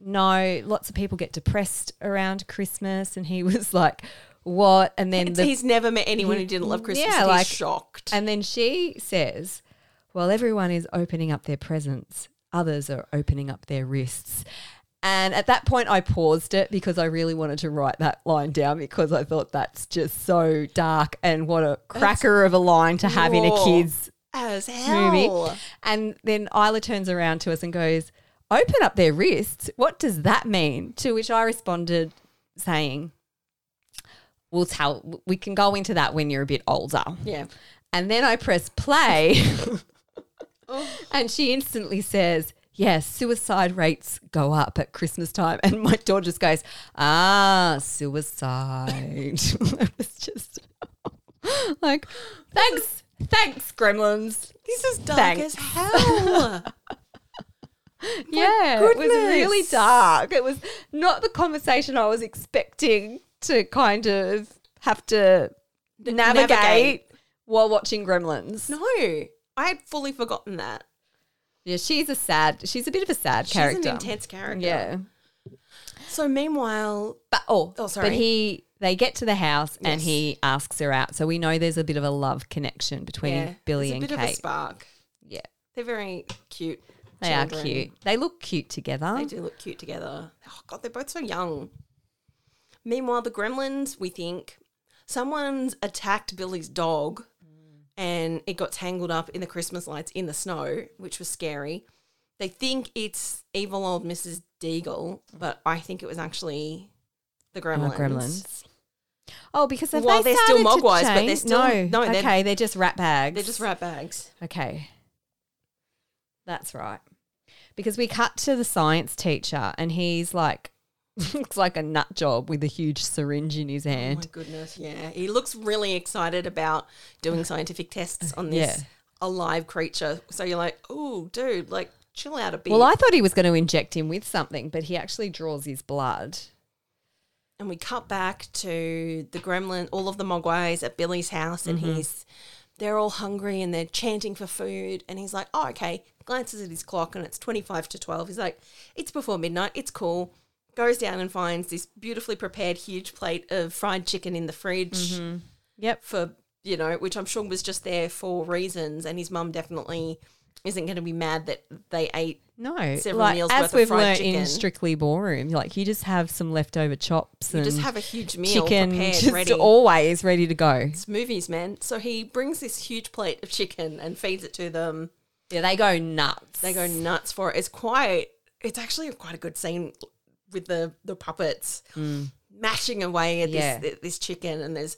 Speaker 1: No, lots of people get depressed around Christmas, and he was like, "What?" And then
Speaker 6: It's-
Speaker 1: the
Speaker 6: he's never met anyone who didn't love Christmas.
Speaker 1: Yeah,
Speaker 6: and
Speaker 1: like-
Speaker 6: he's shocked.
Speaker 1: And then she says, Well, everyone is opening up their presents, others are opening up their wrists. And at that point, I paused it because I really wanted to write that line down because I thought that's just so dark and what a cracker of a line to have in a
Speaker 6: raw.
Speaker 1: kid's
Speaker 6: as hell.
Speaker 1: movie. And then Isla turns around to us and goes, Open up their wrists. What does that mean? To which I responded, saying, We'll tell, we can go into that when you're a bit older.
Speaker 6: Yeah.
Speaker 1: And then I press play.
Speaker 6: Oh.
Speaker 1: and she instantly says, Yes, suicide rates go up at Christmas time. And my daughter just goes, Ah, suicide. it was just like, Thanks. Thanks, gremlins.
Speaker 6: This is dark
Speaker 1: Thanks.
Speaker 6: as hell.
Speaker 1: yeah, it was really
Speaker 6: goodness.
Speaker 1: dark. It was not the conversation I was expecting to kind of have to navigate,
Speaker 6: navigate.
Speaker 1: while watching gremlins.
Speaker 6: no, I had fully forgotten that.
Speaker 1: Yeah, she's a sad. She's a bit of a sad character.
Speaker 6: She's an intense character.
Speaker 1: Yeah,
Speaker 6: So meanwhile,
Speaker 1: but oh,
Speaker 6: Oh, sorry.
Speaker 1: But he, they get to the house and
Speaker 6: Yes.
Speaker 1: he asks her out. So we know there's a bit of a love connection between
Speaker 6: yeah,
Speaker 1: Billy and
Speaker 6: there's a bit of a
Speaker 1: Kate.
Speaker 6: spark.
Speaker 1: Yeah,
Speaker 6: They're very cute.
Speaker 1: they are
Speaker 6: children.
Speaker 1: cute. They look cute together.
Speaker 6: They do look cute together. Oh god, they're both so young. Meanwhile, the gremlins, we think someone's attacked Billy's dog and it got tangled up in the Christmas lights in the snow, which was scary. They think it's evil old Mrs. Deagle, but I think it was actually the
Speaker 1: Oh,
Speaker 6: gremlins.
Speaker 1: gremlins. Oh, because if
Speaker 6: Well,
Speaker 1: they
Speaker 6: they're still
Speaker 1: started to
Speaker 6: mogwais, but they're
Speaker 1: change-
Speaker 6: still-
Speaker 1: no,
Speaker 6: no, they're-
Speaker 1: okay, they're just rat bags.
Speaker 6: They're just rat bags.
Speaker 1: Okay. That's right. Because we cut to the science teacher and he's like looks like a nut job with a huge syringe in his
Speaker 6: Oh My
Speaker 1: hand.
Speaker 6: goodness, yeah. He looks really excited about doing scientific tests on this
Speaker 1: Yeah.
Speaker 6: alive creature. So you're like, oh, dude, like, chill out a bit.
Speaker 1: well, I thought he was going to inject him with something, but he actually draws his blood.
Speaker 6: and we cut back to the gremlin, all of the Mogwais at Billy's house, and
Speaker 1: Mm-hmm.
Speaker 6: he's they're all hungry and they're chanting for food. And he's like, oh, okay. Glances at his clock and it's 25 to 12. He's like, it's before midnight. It's cool. Goes down and finds this beautifully prepared huge plate of fried chicken in the fridge.
Speaker 1: Mm-hmm. Yep.
Speaker 6: for you know, which I'm sure was just there for reasons, and his mum definitely isn't going to be mad that they ate.
Speaker 1: No,
Speaker 6: Several
Speaker 1: like
Speaker 6: meals
Speaker 1: as
Speaker 6: worth of
Speaker 1: we've
Speaker 6: fried
Speaker 1: learnt in
Speaker 6: chicken.
Speaker 1: Strictly Ballroom, like you just have some leftover chops
Speaker 6: You
Speaker 1: and
Speaker 6: just have a huge meal
Speaker 1: chicken,
Speaker 6: prepared,
Speaker 1: just
Speaker 6: ready.
Speaker 1: always ready to go.
Speaker 6: It's movies, man. So he brings this huge plate of chicken and feeds it to them.
Speaker 1: Yeah, they go nuts.
Speaker 6: They go nuts for it. It's quite. It's actually quite a good scene with the the puppets mashing away at
Speaker 1: Yeah.
Speaker 6: this this chicken, and there's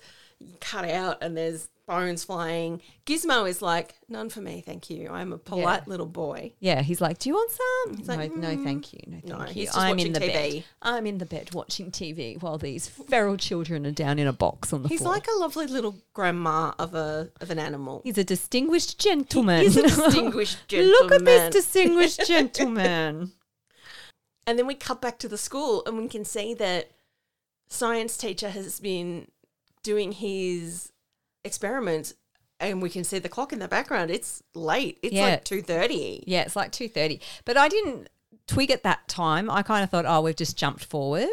Speaker 6: cut out and there's bones flying. Gizmo is like, none for me, thank you. I'm a polite little boy.
Speaker 1: Yeah, he's like, "Do you want some?"
Speaker 6: like, "Mm,
Speaker 1: no, no, thank you. No, thank
Speaker 6: no,
Speaker 1: you.
Speaker 6: he's just
Speaker 1: I'm
Speaker 6: watching
Speaker 1: in the bed.
Speaker 6: TV.
Speaker 1: I'm in the bed watching TV while these feral children are down in a box on the
Speaker 6: He's
Speaker 1: floor.
Speaker 6: like a lovely little grandma of a of an animal.
Speaker 1: he's a distinguished gentleman.
Speaker 6: He's a distinguished
Speaker 1: Look at
Speaker 6: gentleman.
Speaker 1: this distinguished gentleman.
Speaker 6: And then we cut back to the school and we can see that science teacher has been doing his experiments and we can see the clock in the background. It's late. It's
Speaker 1: Yeah.
Speaker 6: like two thirty.
Speaker 1: Yeah, it's like two thirty. But I didn't twig at that time. I kind of thought, oh, we've just jumped forward,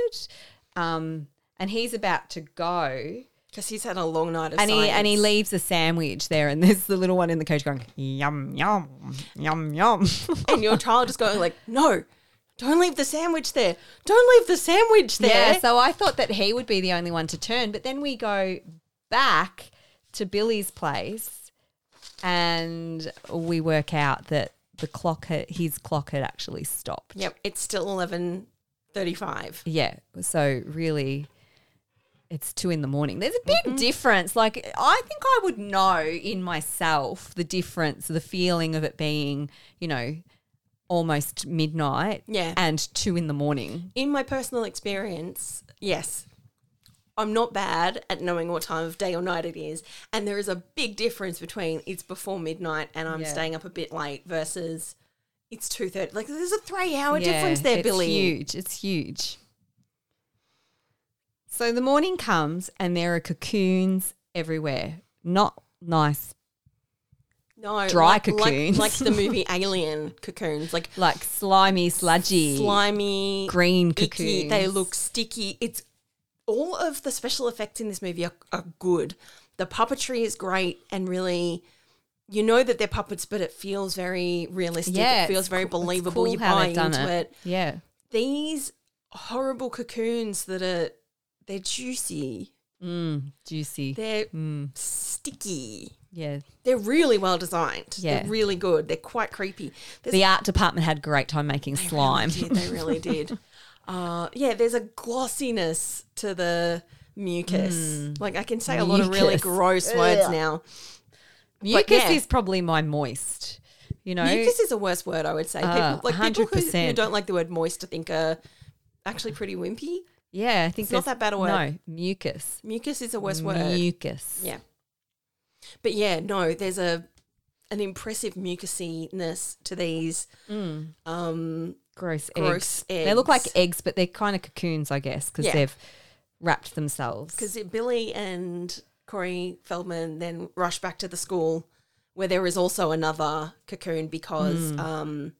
Speaker 1: um, and he's about to go,
Speaker 6: Because he's had a long night of
Speaker 1: and he and he
Speaker 6: science.
Speaker 1: leaves a sandwich there, and there's the little one in the coach going yum yum yum yum.
Speaker 6: and your child is going like, No, don't leave the sandwich there. Don't leave the sandwich there.
Speaker 1: Yeah, so I thought that he would be the only one to turn, but then we go back to Billy's place and we work out that the clock had, his clock had actually stopped.
Speaker 6: Yep, it's still eleven thirty five.
Speaker 1: Yeah. So really it's two in the morning. There's a big
Speaker 6: Mm-hmm.
Speaker 1: difference. Like I think I would know in myself the difference, the feeling of it being, you know, almost midnight
Speaker 6: Yeah.
Speaker 1: and two in the morning.
Speaker 6: in my personal experience, yes, I'm not bad at knowing what time of day or night it is. And there is a big difference between it's before midnight and I'm
Speaker 1: Yeah.
Speaker 6: staying up a bit late versus it's 2.30. Like, there's a three-hour
Speaker 1: Yeah,
Speaker 6: difference there,
Speaker 1: it's
Speaker 6: Billy.
Speaker 1: huge. It's huge. So the morning comes and there are cocoons everywhere. Not nice,
Speaker 6: No,
Speaker 1: Dry
Speaker 6: like, like-
Speaker 1: cocoons.
Speaker 6: Like, the movie Alien Cocoons. Like,
Speaker 1: like slimy, sludgy,
Speaker 6: slimy,
Speaker 1: green
Speaker 6: icky.
Speaker 1: cocoons.
Speaker 6: They look sticky. It's all of the special effects in this movie are, are good. The puppetry is great and really, you know that they're puppets, but it feels very realistic. it feels
Speaker 1: it's
Speaker 6: very
Speaker 1: cool- it's
Speaker 6: believable.
Speaker 1: cool
Speaker 6: you
Speaker 1: how
Speaker 6: buy
Speaker 1: they've done
Speaker 6: into it.
Speaker 1: Yeah.
Speaker 6: These horrible cocoons that are they're juicy,
Speaker 1: Mm, juicy.
Speaker 6: they're
Speaker 1: Mm,
Speaker 6: sticky.
Speaker 1: yeah.
Speaker 6: They're really well designed.
Speaker 1: Yeah.
Speaker 6: They're really good. They're quite creepy. There's
Speaker 1: The art department had great time making slime.
Speaker 6: They did. They really did. Uh, yeah, there's a glossiness to the mucus. Like I can say a lot of really
Speaker 1: Mm. Mucus.
Speaker 6: gross words now.
Speaker 1: Mucus
Speaker 6: yeah.
Speaker 1: is probably my moist. You know,
Speaker 6: Mucus is a worse word, I would say.
Speaker 1: Ah,
Speaker 6: people, like people who, who
Speaker 1: 100%.
Speaker 6: don't like the word moist, I think are actually pretty wimpy.
Speaker 1: yeah, I think
Speaker 6: It's not
Speaker 1: there's-
Speaker 6: that bad a word.
Speaker 1: No, mucus,
Speaker 6: Mucus is a worse word.
Speaker 1: mucus.
Speaker 6: Yeah. But yeah, no, there's a an impressive mucusiness to these. Um,
Speaker 1: gross,
Speaker 6: Gross
Speaker 1: eggs. They look like
Speaker 6: eggs.
Speaker 1: eggs, but they're kind of cocoons, I guess, because
Speaker 6: Yeah.
Speaker 1: they've wrapped themselves.
Speaker 6: because Billy and Corey Feldman then rush back to the school where there is also another cocoon because um,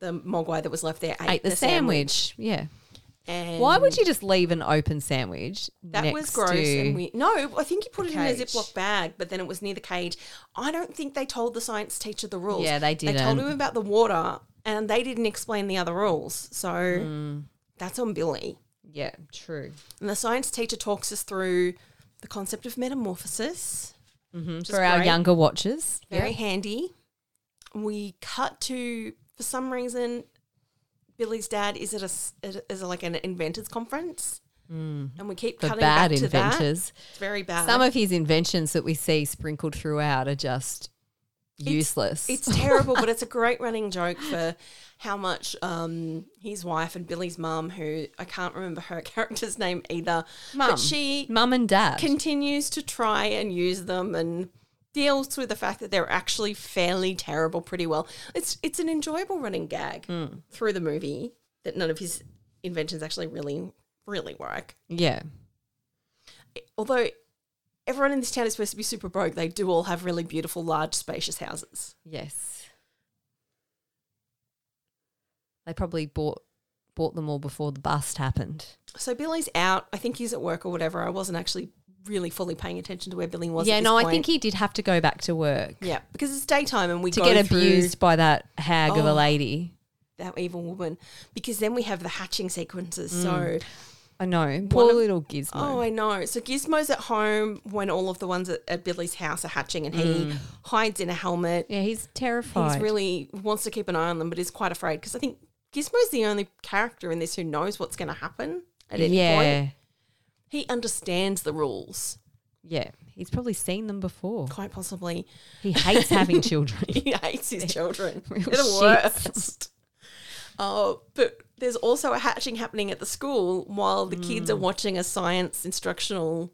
Speaker 6: the mogwai that was left there ate,
Speaker 1: Hmm. ate the, sandwich. Yeah.
Speaker 6: And
Speaker 1: Why would you just leave an open sandwich?
Speaker 6: That
Speaker 1: next
Speaker 6: was gross.
Speaker 1: To,
Speaker 6: and we, no, I think he put it
Speaker 1: the
Speaker 6: in a
Speaker 1: cage.
Speaker 6: Ziploc bag, but then it was near the cage. I don't think they told the science teacher the rules.
Speaker 1: Yeah, they
Speaker 6: They told
Speaker 1: didn't.
Speaker 6: him about the water, and they didn't explain the other rules. So
Speaker 1: Hmm.
Speaker 6: that's on Billy.
Speaker 1: yeah, true.
Speaker 6: And the science teacher talks us through the concept of metamorphosis.
Speaker 1: Mm-hmm. For our
Speaker 6: great.
Speaker 1: younger watchers,
Speaker 6: very
Speaker 1: yeah.
Speaker 6: handy. We cut to for some reason, Billy's dad is at a s- at- is at like an inventors conference, and we keep
Speaker 1: Mm. the
Speaker 6: cutting
Speaker 1: bad
Speaker 6: back to that.
Speaker 1: inventors.
Speaker 6: It's very bad.
Speaker 1: Some of his inventions that we see sprinkled throughout are just useless.
Speaker 6: It's terrible, but it's a great running joke for how much um, his wife and Billy's mum, who I can't remember her character's name either,
Speaker 1: mum.
Speaker 6: but she
Speaker 1: mum and dad.
Speaker 6: continues to try and use them and deals with the fact that they're actually fairly terrible pretty well. It's it's an enjoyable running gag
Speaker 1: Hmm.
Speaker 6: through the movie that none of his inventions actually really really work.
Speaker 1: yeah.
Speaker 6: Although everyone in this town is supposed to be super broke, they do all have really beautiful large spacious houses.
Speaker 1: Yes. They probably bought bought them all before the bust happened.
Speaker 6: So Billy's out. I think he's at work or whatever. I wasn't actually really fully paying attention to where Billy was. at
Speaker 1: yeah,
Speaker 6: this
Speaker 1: no, I
Speaker 6: point.
Speaker 1: think he did have to go back to work
Speaker 6: Yeah, because it's daytime and we
Speaker 1: to
Speaker 6: go
Speaker 1: get
Speaker 6: through
Speaker 1: abused by that hag of a
Speaker 6: Oh.
Speaker 1: lady.
Speaker 6: that evil woman. Because then we have the hatching sequences.
Speaker 1: Mm.
Speaker 6: So
Speaker 1: I know, poor
Speaker 6: of-
Speaker 1: little Gizmo.
Speaker 6: Oh, I know. So Gizmo's at home when all of the ones at, at Billy's house are hatching, and he hides in a helmet.
Speaker 1: Mm. yeah, he's terrified.
Speaker 6: He's really wants to keep an eye on them, but is quite afraid because I think Gizmo's the only character in this who knows what's going to happen at any
Speaker 1: yeah,
Speaker 6: point. He understands the rules,
Speaker 1: yeah. He's probably seen them before.
Speaker 6: quite possibly.
Speaker 1: He hates having children.
Speaker 6: He hates his children. They're
Speaker 1: Real
Speaker 6: the
Speaker 1: shits.
Speaker 6: worst. Oh, but there's also a hatching happening at the school while the kids are
Speaker 1: Mm.
Speaker 6: watching a science instructional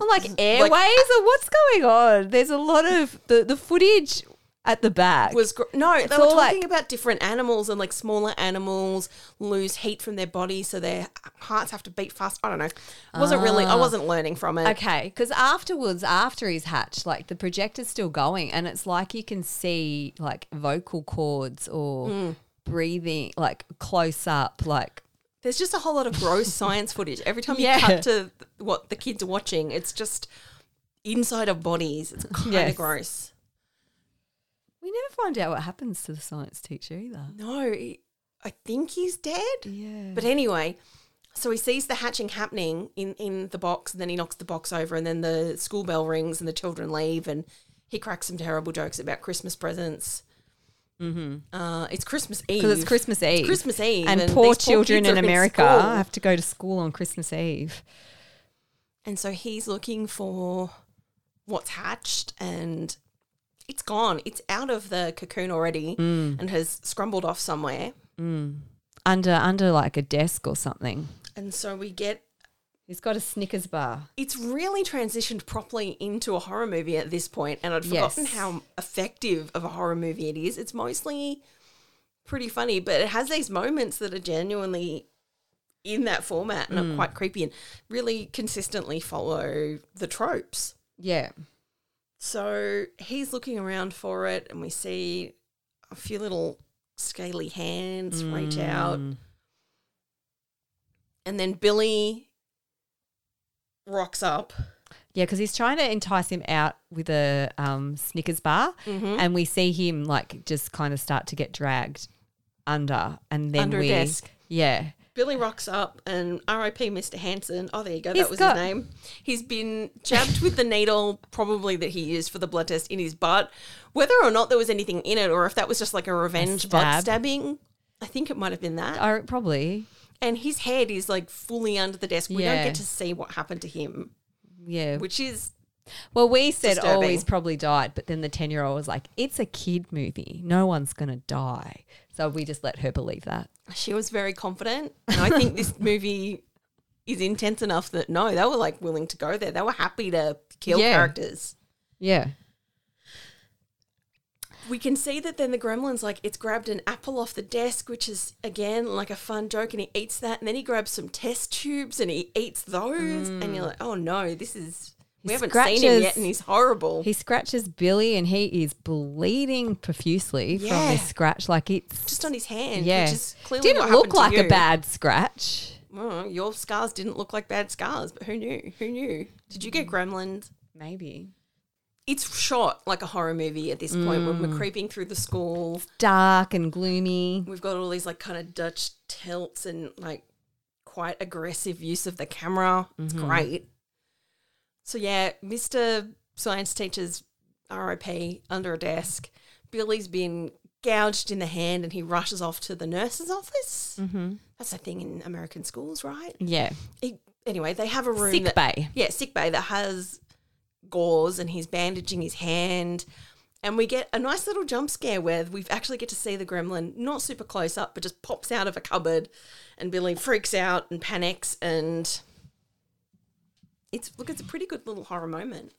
Speaker 1: I'm like airways or what's going on? There's a lot of the, the footage at the back.
Speaker 6: was gr- no they were
Speaker 1: all
Speaker 6: talking
Speaker 1: like-
Speaker 6: about different animals and like smaller animals lose heat from their body so their hearts have to beat fast i don't know wasn't really i wasn't learning from it
Speaker 1: Ah. Okay, because afterwards, after he's hatched, like the projector's still going, and it's like you can see like vocal cords or breathing, like close up, like
Speaker 6: there's just a whole lot of gross science footage every time
Speaker 1: Yeah.
Speaker 6: you cut to what the kids are watching it's just inside of bodies it's kind
Speaker 1: Yes.
Speaker 6: of gross
Speaker 1: we never find out what happens to the science teacher either.
Speaker 6: no he- i think he's dead
Speaker 1: Yeah,
Speaker 6: But anyway, so he sees the hatching happening in, in the box, and then he knocks the box over, and then the school bell rings, and the children leave, and he cracks some terrible jokes about Christmas presents. Mm-hmm. Uh, it's Christmas Eve
Speaker 1: because it's Christmas Eve,
Speaker 6: Christmas Eve,
Speaker 1: and,
Speaker 6: and
Speaker 1: poor
Speaker 6: these poor
Speaker 1: children
Speaker 6: kids
Speaker 1: in
Speaker 6: are in
Speaker 1: America
Speaker 6: school.
Speaker 1: have to go to school on Christmas Eve.
Speaker 6: and so he's looking for what's hatched, and it's gone. It's out of the cocoon already,
Speaker 1: Mm.
Speaker 6: and has scrambled off somewhere.
Speaker 1: Under, under like a desk or something.
Speaker 6: And so we get
Speaker 1: He's got a Snickers bar.
Speaker 6: it's really transitioned properly into a horror movie at this point, and I'd forgotten
Speaker 1: Yes.
Speaker 6: how effective of a horror movie it is. It's mostly pretty funny, but it has these moments that are genuinely in that format and are quite creepy and really consistently follow the tropes.
Speaker 1: Yeah,
Speaker 6: So he's looking around for it, and we see a few little scaly hands reach out. And then Billy rocks up.
Speaker 1: Yeah, because he's trying to entice him out with a um, Snickers bar,
Speaker 6: Mm-hmm.
Speaker 1: and we see him like just kind of start to get dragged under, and then
Speaker 6: Under a
Speaker 1: we,
Speaker 6: desk.
Speaker 1: yeah,
Speaker 6: Billy rocks up and RIP Mr. Hanson. Oh, there you go.
Speaker 1: He's
Speaker 6: that was
Speaker 1: got-
Speaker 6: his name. He's been jabbed with the needle, probably that he used for the blood test, in his butt. Whether or not there was anything in it, or if that was just like a revenge butt
Speaker 1: stab.
Speaker 6: stabbing, I think it might have been that.
Speaker 1: I, probably,
Speaker 6: And his head is like fully under the desk. We
Speaker 1: Yeah.
Speaker 6: don't get to see what happened to him,
Speaker 1: yeah.
Speaker 6: which is
Speaker 1: well, we said oh,
Speaker 6: disturbing.
Speaker 1: he's probably died, but then the ten year old was like, "It's a kid movie. No one's gonna die." So we just let her believe that.
Speaker 6: she was very confident. And I think this movie is intense enough that no, they were like willing to go there. They were happy to kill
Speaker 1: Yeah.
Speaker 6: characters.
Speaker 1: Yeah,
Speaker 6: we can see that then the gremlin's like it's grabbed an apple off the desk which is again like a fun joke and he eats that and then he grabs some test tubes and he eats those and you're like oh no this is we
Speaker 1: He
Speaker 6: haven't seen him
Speaker 1: scratches-
Speaker 6: yet and he's horrible
Speaker 1: he scratches Billy, and he is bleeding profusely from
Speaker 6: Yeah.
Speaker 1: this scratch. Like it's
Speaker 6: just on his hand
Speaker 1: yeah,
Speaker 6: which is clearly
Speaker 1: didn't
Speaker 6: what happened
Speaker 1: look
Speaker 6: to
Speaker 1: like a
Speaker 6: you.
Speaker 1: bad scratch.
Speaker 6: well, your scars didn't look like bad scars but who knew who knew did you get gremlins
Speaker 1: Maybe
Speaker 6: it's shot like a horror movie at this point when
Speaker 1: Mm.
Speaker 6: we're creeping through the school
Speaker 1: dark and gloomy.
Speaker 6: we've got all these like kind of Dutch tilts and like quite aggressive use of the camera. It's great. So yeah, Mr. Science teacher's RIP under a desk. Billy's been gouged in the hand and he rushes off to the nurse's office. Mm-hmm. That's a thing in American schools, right?
Speaker 1: Yeah.
Speaker 6: He, anyway, they have a room
Speaker 1: Sick
Speaker 6: that,
Speaker 1: bay.
Speaker 6: Yeah, sick bay that has gauze and he's bandaging his hand. And we get a nice little jump scare where we actually get to see the gremlin, not super close up, but just pops out of a cupboard and Billy freaks out and panics and it's look, it's a pretty good little horror moment.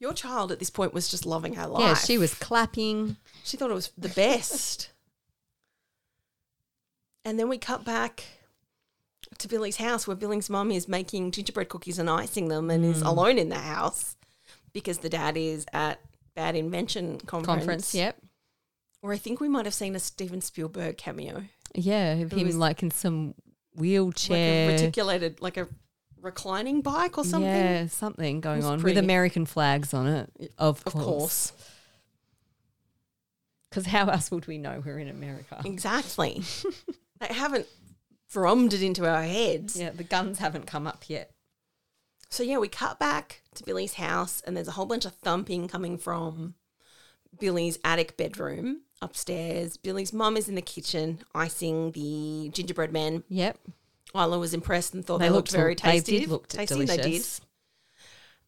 Speaker 6: Your child at this point was just loving her life.
Speaker 1: Yeah, she was clapping.
Speaker 6: She thought it was the best. and then we cut back to Billy's house where Billy's mum is making gingerbread cookies and icing them and
Speaker 1: Mm.
Speaker 6: is alone in the house because the dad is at Bad Invention Conference.
Speaker 1: Conference. Yep.
Speaker 6: Or I think we might have seen a Steven Spielberg cameo.
Speaker 1: Yeah, of him
Speaker 6: was-
Speaker 1: like in some
Speaker 6: Like a
Speaker 1: wheelchair.
Speaker 6: reticulated, like a reclining bike or something.
Speaker 1: Yeah, something going
Speaker 6: was
Speaker 1: on
Speaker 6: pretty-
Speaker 1: with American flags on it. Of
Speaker 6: Of
Speaker 1: course.
Speaker 6: course.
Speaker 1: Because how else would we know we're in America?
Speaker 6: Exactly. they haven't thrummed it into our heads.
Speaker 1: Yeah, the guns haven't come up yet.
Speaker 6: So yeah, we cut back to Billy's house, and there's a whole bunch of thumping coming from Billy's attic bedroom upstairs. Billy's mum is in the kitchen icing the gingerbread men.
Speaker 1: Yep.
Speaker 6: Isla was impressed and thought they,
Speaker 1: They
Speaker 6: looked,
Speaker 1: looked-
Speaker 6: very
Speaker 1: they did
Speaker 6: tasty.
Speaker 1: looked
Speaker 6: tasty, and They did.
Speaker 1: delicious.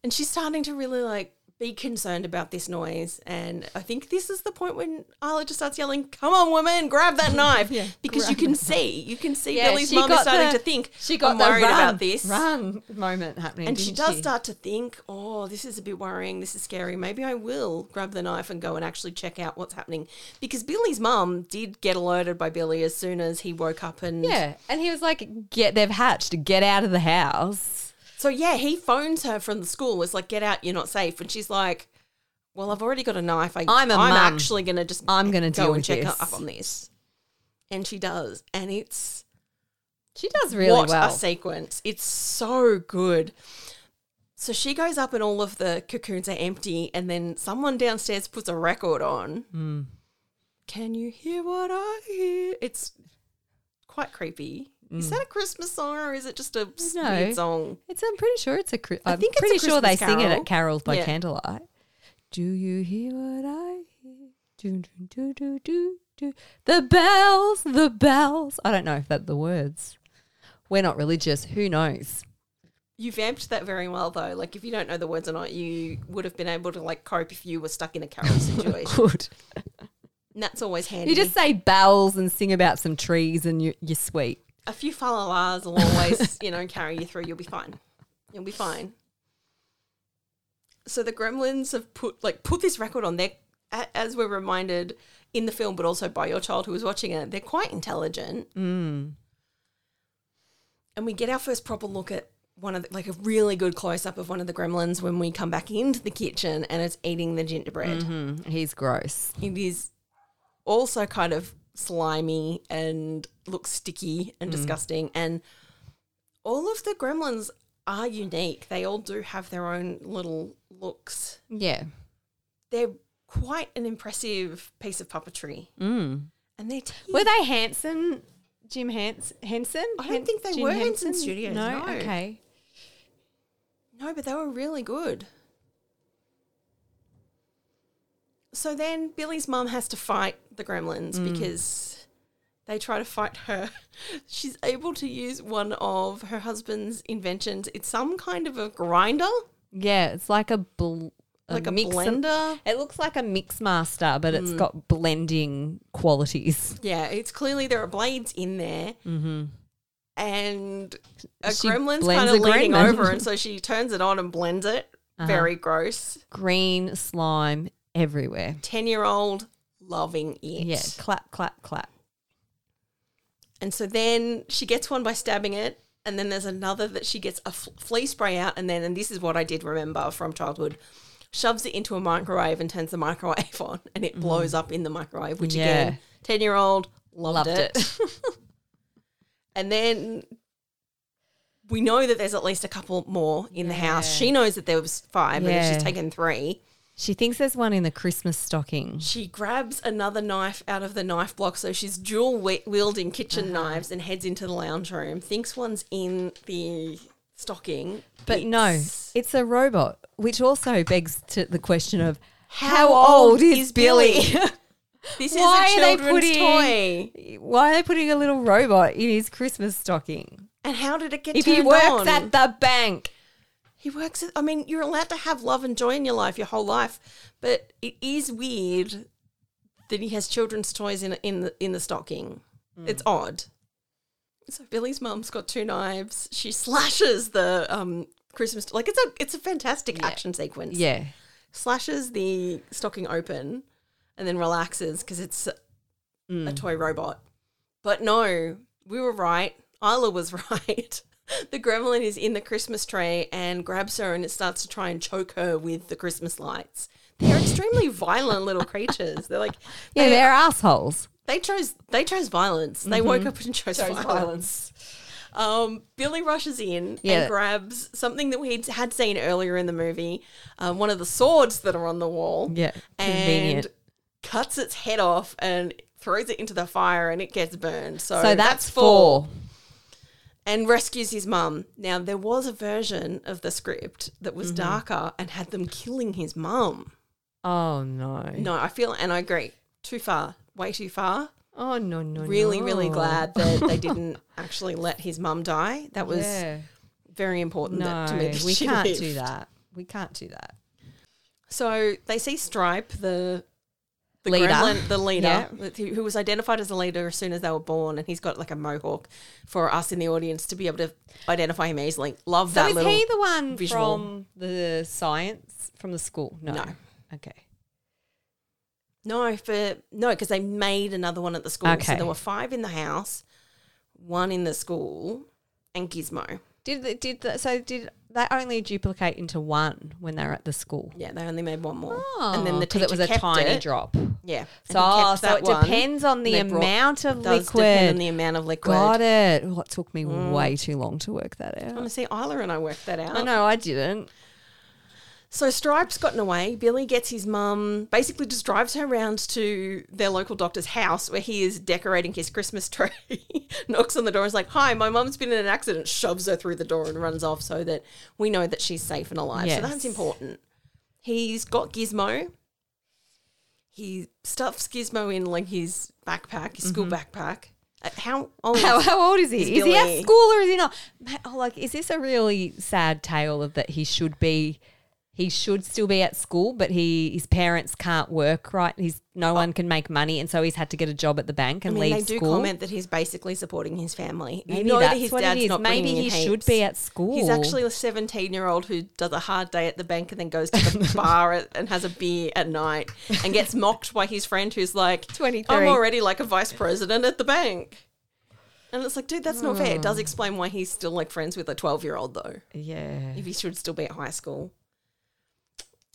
Speaker 6: And she's starting to really like be concerned about this noise. And I think this is the point when Isla just starts yelling, "Come on, woman, grab that knife!" because you can see, you can see Billy's mum is starting to think
Speaker 1: She got
Speaker 6: I'm
Speaker 1: the
Speaker 6: worried
Speaker 1: run,
Speaker 6: about this.
Speaker 1: run moment happening.
Speaker 6: And she
Speaker 1: didn't
Speaker 6: does start to think, oh, this is a bit worrying. This is scary. Maybe I will grab the knife and go and actually check out what's happening. Because Billy's mum did get alerted by Billy as soon as he woke up. And
Speaker 1: Yeah, and he was like, "Get they've hatched. Get out of the house."
Speaker 6: so, yeah, he phones her from the school. It's like, get out. You're not safe. And she's like, well, I've already got a knife. I,
Speaker 1: I'm a
Speaker 6: I'm
Speaker 1: mum.
Speaker 6: actually going to just
Speaker 1: I'm gonna
Speaker 6: go
Speaker 1: deal
Speaker 6: and
Speaker 1: with
Speaker 6: check
Speaker 1: this.
Speaker 6: up on this. And she does. And it's
Speaker 1: She does really
Speaker 6: what
Speaker 1: well.
Speaker 6: a sequence. It's so good. So she goes up and all of the cocoons are empty, and then someone downstairs puts a record on.
Speaker 1: Hmm.
Speaker 6: Can you hear what I hear? It's quite creepy. Is that a Christmas song or is it just a s-
Speaker 1: Hmm. No.
Speaker 6: weird song?
Speaker 1: It's. I'm pretty sure it's a. Chri-
Speaker 6: I
Speaker 1: I'm
Speaker 6: think it's a
Speaker 1: pretty sure they
Speaker 6: Christmas
Speaker 1: sing it
Speaker 6: carol.
Speaker 1: at carols by
Speaker 6: Yeah.
Speaker 1: candlelight. Do you hear what I hear? Do do do do do do. The bells, the bells. I don't know if that's the words. We're not religious. Who knows?
Speaker 6: You vamped that very well though. Like if you don't know the words or not, you would have been able to like cope if you were stuck in a carol situation.
Speaker 1: Good.
Speaker 6: and that's always handy.
Speaker 1: You just say bells and sing about some trees, and you, you're sweet.
Speaker 6: a few followers will always, you know, carry you through. You'll be fine. You'll be fine. So the gremlins have put like put this record on there, as we're reminded in the film, but also by your child who was watching it. They're quite intelligent, mm. and we get our first proper look at one of the, like a really good close up of one of the gremlins when we come back into the kitchen and it's eating the gingerbread. Mm-hmm.
Speaker 1: He's gross.
Speaker 6: It is also kind of slimy and looks sticky
Speaker 1: Mm.
Speaker 6: and disgusting. And all of the gremlins are unique. They all do have their own little looks.
Speaker 1: Yeah.
Speaker 6: They're quite an impressive piece of puppetry.
Speaker 1: Mm.
Speaker 6: And their teeth.
Speaker 1: Were they Hanson? Jim Hans- Henson?
Speaker 6: I don't think they were Henson Studios,
Speaker 1: No?
Speaker 6: no.
Speaker 1: Okay.
Speaker 6: No, but they were really good. So then Billy's mum has to fight the gremlins
Speaker 1: Mm.
Speaker 6: because they try to fight her. She's able to use one of her husband's inventions. It's some kind of a grinder,
Speaker 1: Yeah, it's like a bl-
Speaker 6: like a, Hmm.
Speaker 1: mix-
Speaker 6: blender.
Speaker 1: It looks like a mix master, but it's got blending qualities.
Speaker 6: Yeah, it's clearly there are blades in there. Mm-hmm. And a
Speaker 1: She
Speaker 6: gremlin's
Speaker 1: blends
Speaker 6: kind
Speaker 1: a
Speaker 6: of leaning
Speaker 1: gremlin. Uh-huh.
Speaker 6: over, and so she turns it on and blends it. Very gross.
Speaker 1: Green slime everywhere.
Speaker 6: 10 year old loving it.
Speaker 1: Yeah, clap, clap, clap.
Speaker 6: And so then she gets one by stabbing it. And then there's another that she gets a fl- flea spray out. And then, and this is what I did remember from childhood, shoves it into a microwave and turns the microwave on. And it blows up in the microwave, which
Speaker 1: Mm. Yeah.
Speaker 6: again, 10 year old loved,
Speaker 1: Loved
Speaker 6: it.
Speaker 1: it.
Speaker 6: and then we know that there's at least a couple more in the house. She knows that there was five, but if
Speaker 1: Yeah.
Speaker 6: she's taken three.
Speaker 1: She thinks there's one in the Christmas stocking.
Speaker 6: She grabs another knife out of the knife block, so she's dual wi- wielding kitchen
Speaker 1: Uh-huh.
Speaker 6: knives and heads into the lounge room. Thinks one's in the stocking,
Speaker 1: But no,
Speaker 6: It's-
Speaker 1: it's a robot, which also begs to the question of how,
Speaker 6: old
Speaker 1: old is,
Speaker 6: is
Speaker 1: Billy?
Speaker 6: this
Speaker 1: Why
Speaker 6: is
Speaker 1: are
Speaker 6: a
Speaker 1: they
Speaker 6: children's
Speaker 1: putting-
Speaker 6: toy.
Speaker 1: Why are they putting a little robot in his Christmas stocking?
Speaker 6: And how did it get
Speaker 1: If
Speaker 6: turned
Speaker 1: he works
Speaker 6: on?
Speaker 1: at the bank,
Speaker 6: He works. At, I mean, you're allowed to have love and joy in your life your whole life, but it is weird that he has children's toys in in the, in the stocking. It's odd. So Billy's mum's got two knives. She slashes the um Christmas like it's a it's a fantastic action sequence.
Speaker 1: Yeah.
Speaker 6: Slashes the stocking open and then relaxes because it's
Speaker 1: Mm.
Speaker 6: a toy robot. But no, we were right. Isla was right. The gremlin is in the Christmas tree and grabs her and it starts to try and choke her with the Christmas lights. They're extremely violent little creatures. They're like
Speaker 1: Yeah,
Speaker 6: they,
Speaker 1: they're assholes.
Speaker 6: they chose they chose violence. They woke up and Mm-hmm. chose, violence. Um, Billy rushes in
Speaker 1: Yeah.
Speaker 6: and grabs something that we had seen earlier in the movie, um, one of the swords that are on the wall.
Speaker 1: Yeah,
Speaker 6: and
Speaker 1: convenient.
Speaker 6: cuts its head off and throws it into the fire, and it gets burned. So,
Speaker 1: So that's, four.
Speaker 6: And rescues his mum. Now there was a version of the script that was darker and had them killing his mum.
Speaker 1: Oh no.
Speaker 6: No, I feel and I agree. Too far, way too far
Speaker 1: Oh no no.
Speaker 6: really, really
Speaker 1: no.
Speaker 6: glad that they didn't actually let his mum die. That was
Speaker 1: Yeah.
Speaker 6: very important
Speaker 1: No,
Speaker 6: that, to me. that
Speaker 1: we
Speaker 6: she
Speaker 1: can't
Speaker 6: lived.
Speaker 1: do that. We can't do that.
Speaker 6: So they see Stripe, the the
Speaker 1: Leader.
Speaker 6: gremlin, the leader,
Speaker 1: Yeah.
Speaker 6: with- who who was identified as the leader as soon as they were born, and he's got like a mohawk for us in the audience to be able to identify him easily. Love
Speaker 1: So
Speaker 6: that
Speaker 1: is
Speaker 6: little
Speaker 1: he the one
Speaker 6: visual.
Speaker 1: from the science from the school? No.
Speaker 6: No.
Speaker 1: Okay.
Speaker 6: No, for no, because they made another one at the school. So
Speaker 1: Okay.
Speaker 6: there were five in the house, one in the school, and Gizmo.
Speaker 1: Did the, did the, so did they only duplicate into one when they were at the school?
Speaker 6: Yeah, they only made one more,
Speaker 1: Oh,
Speaker 6: and then the
Speaker 1: 'cause
Speaker 6: teacher
Speaker 1: it was a
Speaker 6: kept
Speaker 1: tiny
Speaker 6: it.
Speaker 1: drop.
Speaker 6: Yeah.
Speaker 1: So,
Speaker 6: and
Speaker 1: oh,
Speaker 6: he kept
Speaker 1: so
Speaker 6: that
Speaker 1: it
Speaker 6: one.
Speaker 1: depends on the
Speaker 6: They brought-
Speaker 1: amount of
Speaker 6: does Depend on
Speaker 1: liquid.
Speaker 6: the amount of liquid. Mm.
Speaker 1: Got it. Oh, it took me way too long to work that out.
Speaker 6: Honestly, Isla and I worked that out.
Speaker 1: I know I didn't.
Speaker 6: So Stripe's gotten away. Billy gets his mum, basically just drives her around to their local doctor's house where he is decorating his Christmas tree. Knocks on the door and is like, Hi, my mum's been in an accident. Shoves her through the door and runs off so that we know that she's safe and alive. So
Speaker 1: Yes.
Speaker 6: that's important. He's got Gizmo. He stuffs Gizmo in like his backpack, his school backpack. Uh, How old?
Speaker 1: How, how old is he?
Speaker 6: He's
Speaker 1: is he at
Speaker 6: Billy.
Speaker 1: school or is he not? Ma- oh, like, is this a really sad tale of that he should be, he should still be at school, but he his parents can't work right. He's no one can make money, and so he's had to get a job at the bank
Speaker 6: Oh. I
Speaker 1: and
Speaker 6: mean,
Speaker 1: leave
Speaker 6: they do
Speaker 1: school.
Speaker 6: comment that he's basically supporting his family.
Speaker 1: Maybe
Speaker 6: you know that
Speaker 1: that's
Speaker 6: his
Speaker 1: what it
Speaker 6: dad's
Speaker 1: is.
Speaker 6: not
Speaker 1: Maybe
Speaker 6: bringing in
Speaker 1: he
Speaker 6: heaps.
Speaker 1: should be at school.
Speaker 6: He's actually a seventeen-year-old who does a hard day at the bank and then goes to the bar at- and has a beer at night and gets mocked by his friend who's like,
Speaker 1: 23.
Speaker 6: I'm already like a vice president at the bank." And it's like, dude, that's not fair. It
Speaker 1: Hmm.
Speaker 6: does explain why he's still like friends with a twelve-year-old though.
Speaker 1: yeah.
Speaker 6: If he should still be at high school.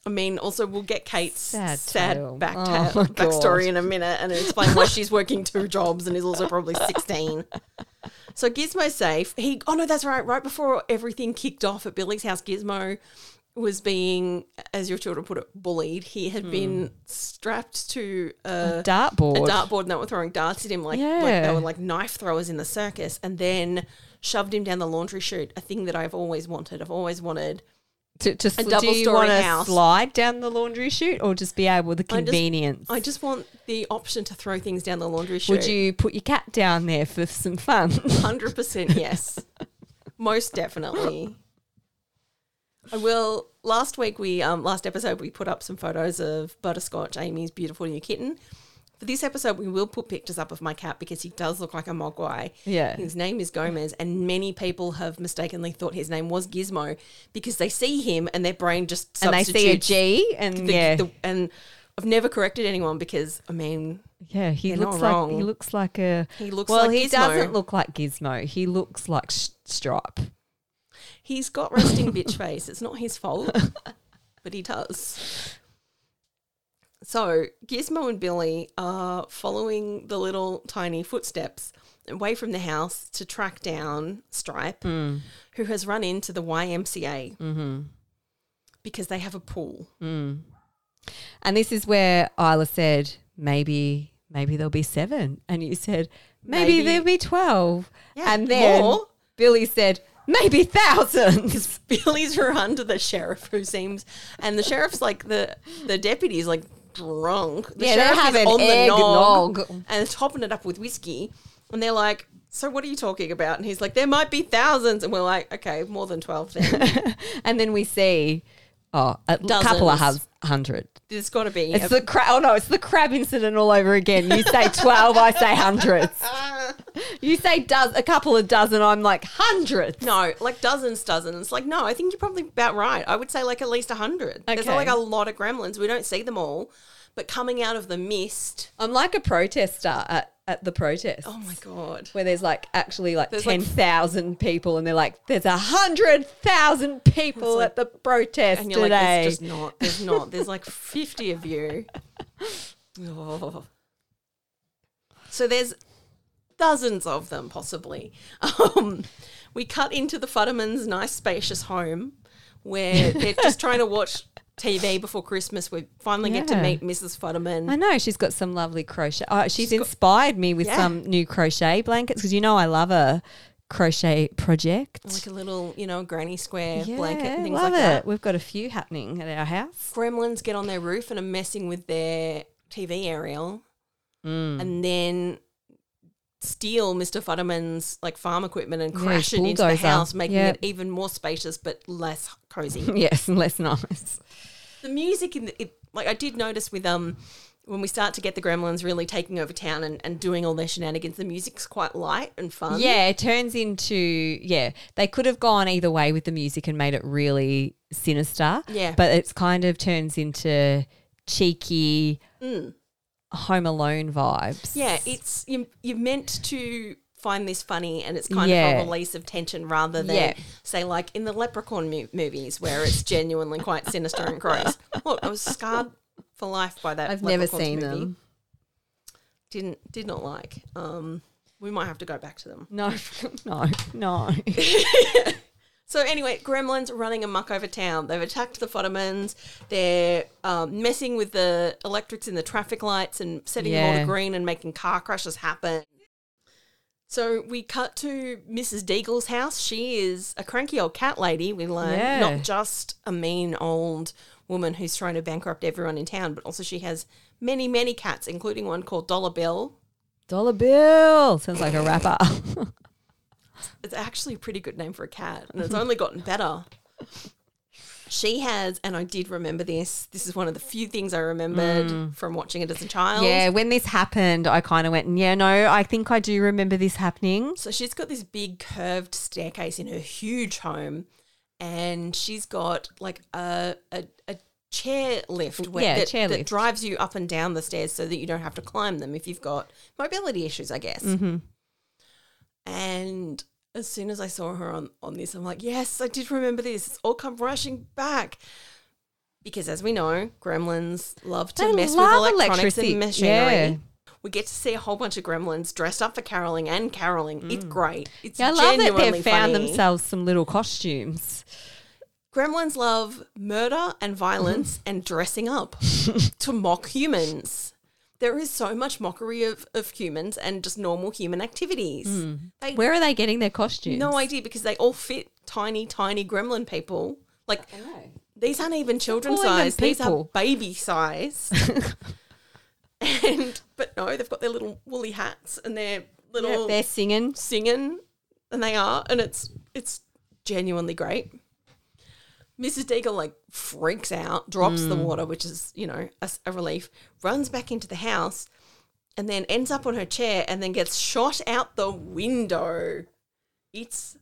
Speaker 6: I mean, also we'll get Kate's sad,
Speaker 1: Sad tale.
Speaker 6: back
Speaker 1: Oh
Speaker 6: ta-
Speaker 1: my
Speaker 6: backstory
Speaker 1: God.
Speaker 6: in a minute and explain why she's working two jobs and is also probably sixteen. So Gizmo's safe. He oh no, that's right. Right before everything kicked off at Billy's house, Gizmo was being, as your children put it, bullied. He had
Speaker 1: Hmm.
Speaker 6: been strapped to a
Speaker 1: dartboard.
Speaker 6: a dartboard and they were throwing darts at him like, like they
Speaker 1: Yeah.
Speaker 6: were like knife throwers in the circus and then shoved him down the laundry chute, a thing that I've always wanted. I've always wanted.
Speaker 1: To, to sl- do
Speaker 6: double-story
Speaker 1: you want to
Speaker 6: house.
Speaker 1: slide down the laundry chute or just be able the
Speaker 6: I just-
Speaker 1: convenience?
Speaker 6: I just want the option to throw things down the laundry chute.
Speaker 1: Would you put your cat down there for some fun?
Speaker 6: 100% yes. Most definitely. I will. Last week, we, um, last episode, we put up some photos of Butterscotch, Amy's beautiful new kitten. For this episode, we will put pictures up of my cat because he does look like a mogwai.
Speaker 1: Yeah.
Speaker 6: His name is Gomez, and many people have mistakenly thought his name was Gizmo because they see him and their brain just
Speaker 1: and they see a
Speaker 6: substitutes
Speaker 1: G, and
Speaker 6: the-
Speaker 1: yeah,
Speaker 6: the- and I've never corrected anyone because, I mean,
Speaker 1: yeah, he
Speaker 6: they're
Speaker 1: looks
Speaker 6: not
Speaker 1: like
Speaker 6: wrong.
Speaker 1: he looks like a
Speaker 6: He looks
Speaker 1: well,
Speaker 6: like
Speaker 1: he
Speaker 6: Gizmo.
Speaker 1: doesn't look like Gizmo. He looks like Sh- Stripe.
Speaker 6: He's got resting bitch face. It's not his fault, but he does. So Gizmo and Billy are following the little tiny footsteps away from the house to track down Stripe, who has run into the YMCA because they have a pool.
Speaker 1: And this is where Isla said, maybe, maybe there'll be seven, and you said, maybe,
Speaker 6: Maybe-
Speaker 1: there'll be twelve,
Speaker 6: Yeah,
Speaker 1: and then
Speaker 6: more.
Speaker 1: Billy said, maybe thousands.
Speaker 6: Billy's run to the sheriff, who seems, and the sheriff's like the the deputy's like, drunk. The
Speaker 1: Yeah, they're
Speaker 6: sheriff is
Speaker 1: having
Speaker 6: on the nog,
Speaker 1: eggnog.
Speaker 6: and it's topping it up with whiskey. And they're like, "So what are you talking about?" And he's like, "There might be thousands. And we're like, "Okay, more than twelve. Then
Speaker 1: And then we see, oh, a couple of
Speaker 6: Dozens.
Speaker 1: hus- hundred.
Speaker 6: there's got to be."
Speaker 1: It's
Speaker 6: a-
Speaker 1: the crab. Oh no, it's the crab incident all over again. You say twelve, I say hundreds. You say does a couple of dozen, I'm like hundreds.
Speaker 6: no, like dozens, dozens. It's like, no, I think you're probably about right. I would say like at least a hundred. There's
Speaker 1: Okay.
Speaker 6: like a lot of gremlins. We don't see them all, but coming out of the mist.
Speaker 1: I'm like a protester at, at the protest.
Speaker 6: Oh my god.
Speaker 1: Where there's like actually like
Speaker 6: There's like-
Speaker 1: ten thousand people, and they're like, "There's a hundred thousand people
Speaker 6: like-
Speaker 1: at the protest
Speaker 6: And you're like,
Speaker 1: today."
Speaker 6: there's just not. There's not. There's like 50 of you. Oh. So there's dozens of them, possibly. Um, we cut into the Futterman's nice, spacious home where they're just trying to watch TV before Christmas. We finally get to
Speaker 1: Yeah.
Speaker 6: meet Mrs. Futterman.
Speaker 1: I know she's got some lovely crochet. Oh, she's inspired me with
Speaker 6: Yeah.
Speaker 1: some new crochet blankets because you know I love a crochet project.
Speaker 6: Like a little, you know, granny square
Speaker 1: yeah,
Speaker 6: blanket and things
Speaker 1: love
Speaker 6: like
Speaker 1: it.
Speaker 6: that.
Speaker 1: We've got a few happening at our house.
Speaker 6: gremlins get on their roof and are messing with their TV aerial,
Speaker 1: Mm.
Speaker 6: and then steal Mr. Futterman's like farm equipment and crash it into the
Speaker 1: bulldozer.
Speaker 6: house, making
Speaker 1: Yeah.
Speaker 6: it even more spacious but less cozy.
Speaker 1: Yes, and less nice.
Speaker 6: the music in the, it, like I did notice with um when we start to get the gremlins really taking over town and, and doing all their shenanigans, the music's quite light and fun.
Speaker 1: Yeah, it turns into yeah. They could have gone either way with the music and made it really sinister.
Speaker 6: Yeah.
Speaker 1: but it's kind of turns into cheeky Home Alone vibes.
Speaker 6: Mm. Yeah, it's you, you're meant to find this funny, and it's kind of
Speaker 1: Yeah.
Speaker 6: a release of tension rather than
Speaker 1: Yeah.
Speaker 6: say like in the Leprechaun mo- movies where it's genuinely quite sinister and gross. Look, I was scarred for life by that.
Speaker 1: I've never
Speaker 6: Leprechauns
Speaker 1: seen
Speaker 6: movie.
Speaker 1: them.
Speaker 6: Didn't did not like. Um, we might have to go back to them.
Speaker 1: No, no, no.
Speaker 6: So anyway, gremlins running amok over town. They've attacked the Futtermans. They're um, messing with the electrics in the traffic lights and setting them all
Speaker 1: Yeah.
Speaker 6: to green and making car crashes happen. So we cut to Mrs. Deagle's house. She is a cranky old cat lady. We learn
Speaker 1: Yeah.
Speaker 6: not just a mean old woman who's trying to bankrupt everyone in town, but also she has many, many cats, including one called Dollar Bill.
Speaker 1: Dollar bill sounds like a rapper.
Speaker 6: It's actually a pretty good name for a cat, and it's only gotten better. She has, and I did remember this. This is one of the few things I remembered from watching it as a child.
Speaker 1: yeah, when this happened, I kind of went, yeah, no, I think I do remember this happening.
Speaker 6: So she's got this big curved staircase in her huge home, and she's got like a a, a chair lift where,
Speaker 1: Yeah,
Speaker 6: that,
Speaker 1: chair
Speaker 6: that
Speaker 1: lift.
Speaker 6: drives you up and down the stairs so that you don't have to climb them if you've got mobility issues, I guess.
Speaker 1: Mm-hmm.
Speaker 6: And as soon as I saw her on, on this, I'm like, yes, I did remember this. It's all come rushing back. Because as we know, gremlins love to
Speaker 1: They
Speaker 6: mess
Speaker 1: love
Speaker 6: with electronics
Speaker 1: electricity.
Speaker 6: and machinery.
Speaker 1: Yeah.
Speaker 6: We get to see a whole bunch of gremlins dressed up for caroling and caroling. It's great.
Speaker 1: Mm.
Speaker 6: It's
Speaker 1: Yeah, I love that
Speaker 6: genuinely
Speaker 1: they've found
Speaker 6: funny.
Speaker 1: themselves some little costumes.
Speaker 6: Gremlins love murder and violence and dressing up to mock humans. There is so much mockery of, of humans and just normal human activities. They
Speaker 1: Mm. Where are they getting their costumes?
Speaker 6: no idea because they all fit tiny, tiny gremlin people. Like these aren't even children
Speaker 1: They're calling them
Speaker 6: size; these are
Speaker 1: people.
Speaker 6: baby size. and but no, they've got their little woolly hats and their little
Speaker 1: They're singing.
Speaker 6: singing and they are and it's it's genuinely great mrs deagle like freaks out drops
Speaker 1: Mm.
Speaker 6: the water which is you know a, s- a relief runs back into the house and then ends up on her chair and then gets shot out the window it's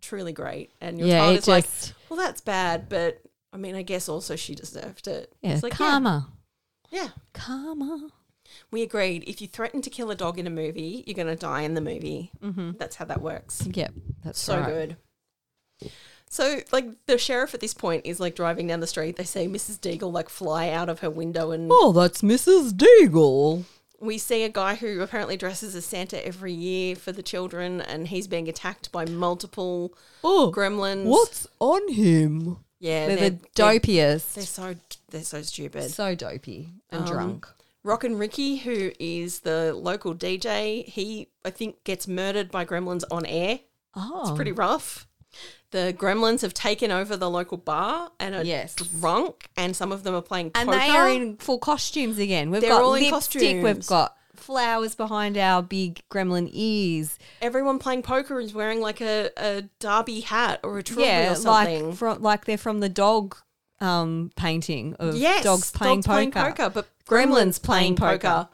Speaker 6: truly great and your
Speaker 1: Mm. Yeah,
Speaker 6: child
Speaker 1: it
Speaker 6: is
Speaker 1: just-
Speaker 6: like well that's bad but i mean i guess also she deserved it
Speaker 1: Yeah,
Speaker 6: it's like
Speaker 1: karma.
Speaker 6: yeah, yeah.
Speaker 1: Karma.
Speaker 6: we agreed if you threaten to kill a dog in a movie you're going to die in the movie mm-hmm. that's how that works
Speaker 1: Yep, that's
Speaker 6: so
Speaker 1: right.
Speaker 6: good. So, like, the sheriff at this point is like driving down the street. They see Mrs. Deagle like fly out of her window, and
Speaker 1: Oh, that's Mrs. Deagle.
Speaker 6: we see a guy who apparently dresses as Santa every year for the children, and he's being attacked by multiple
Speaker 1: Oh,
Speaker 6: gremlins.
Speaker 1: what's on him?
Speaker 6: Yeah,
Speaker 1: They're, the
Speaker 6: they're-
Speaker 1: dopiest.
Speaker 6: They're, so they're Um, so stupid.
Speaker 1: so dopey and drunk.
Speaker 6: Rockin' Ricky, who is the local DJ, he I think gets murdered by gremlins on air.
Speaker 1: Oh,
Speaker 6: It's pretty rough. The gremlins have taken over the local bar and are
Speaker 1: Yes.
Speaker 6: drunk, and some of them are playing
Speaker 1: And
Speaker 6: poker.
Speaker 1: they are in full costumes again. We've
Speaker 6: They're
Speaker 1: got
Speaker 6: all in
Speaker 1: lipstick. We've
Speaker 6: costumes.
Speaker 1: got flowers behind our big gremlin ears.
Speaker 6: Everyone playing poker is wearing like a, a derby hat or a trilby
Speaker 1: yeah,
Speaker 6: or something.
Speaker 1: like from like they're from the dog um, painting of dogs playing poker.
Speaker 6: but
Speaker 1: Gremlins playing poker.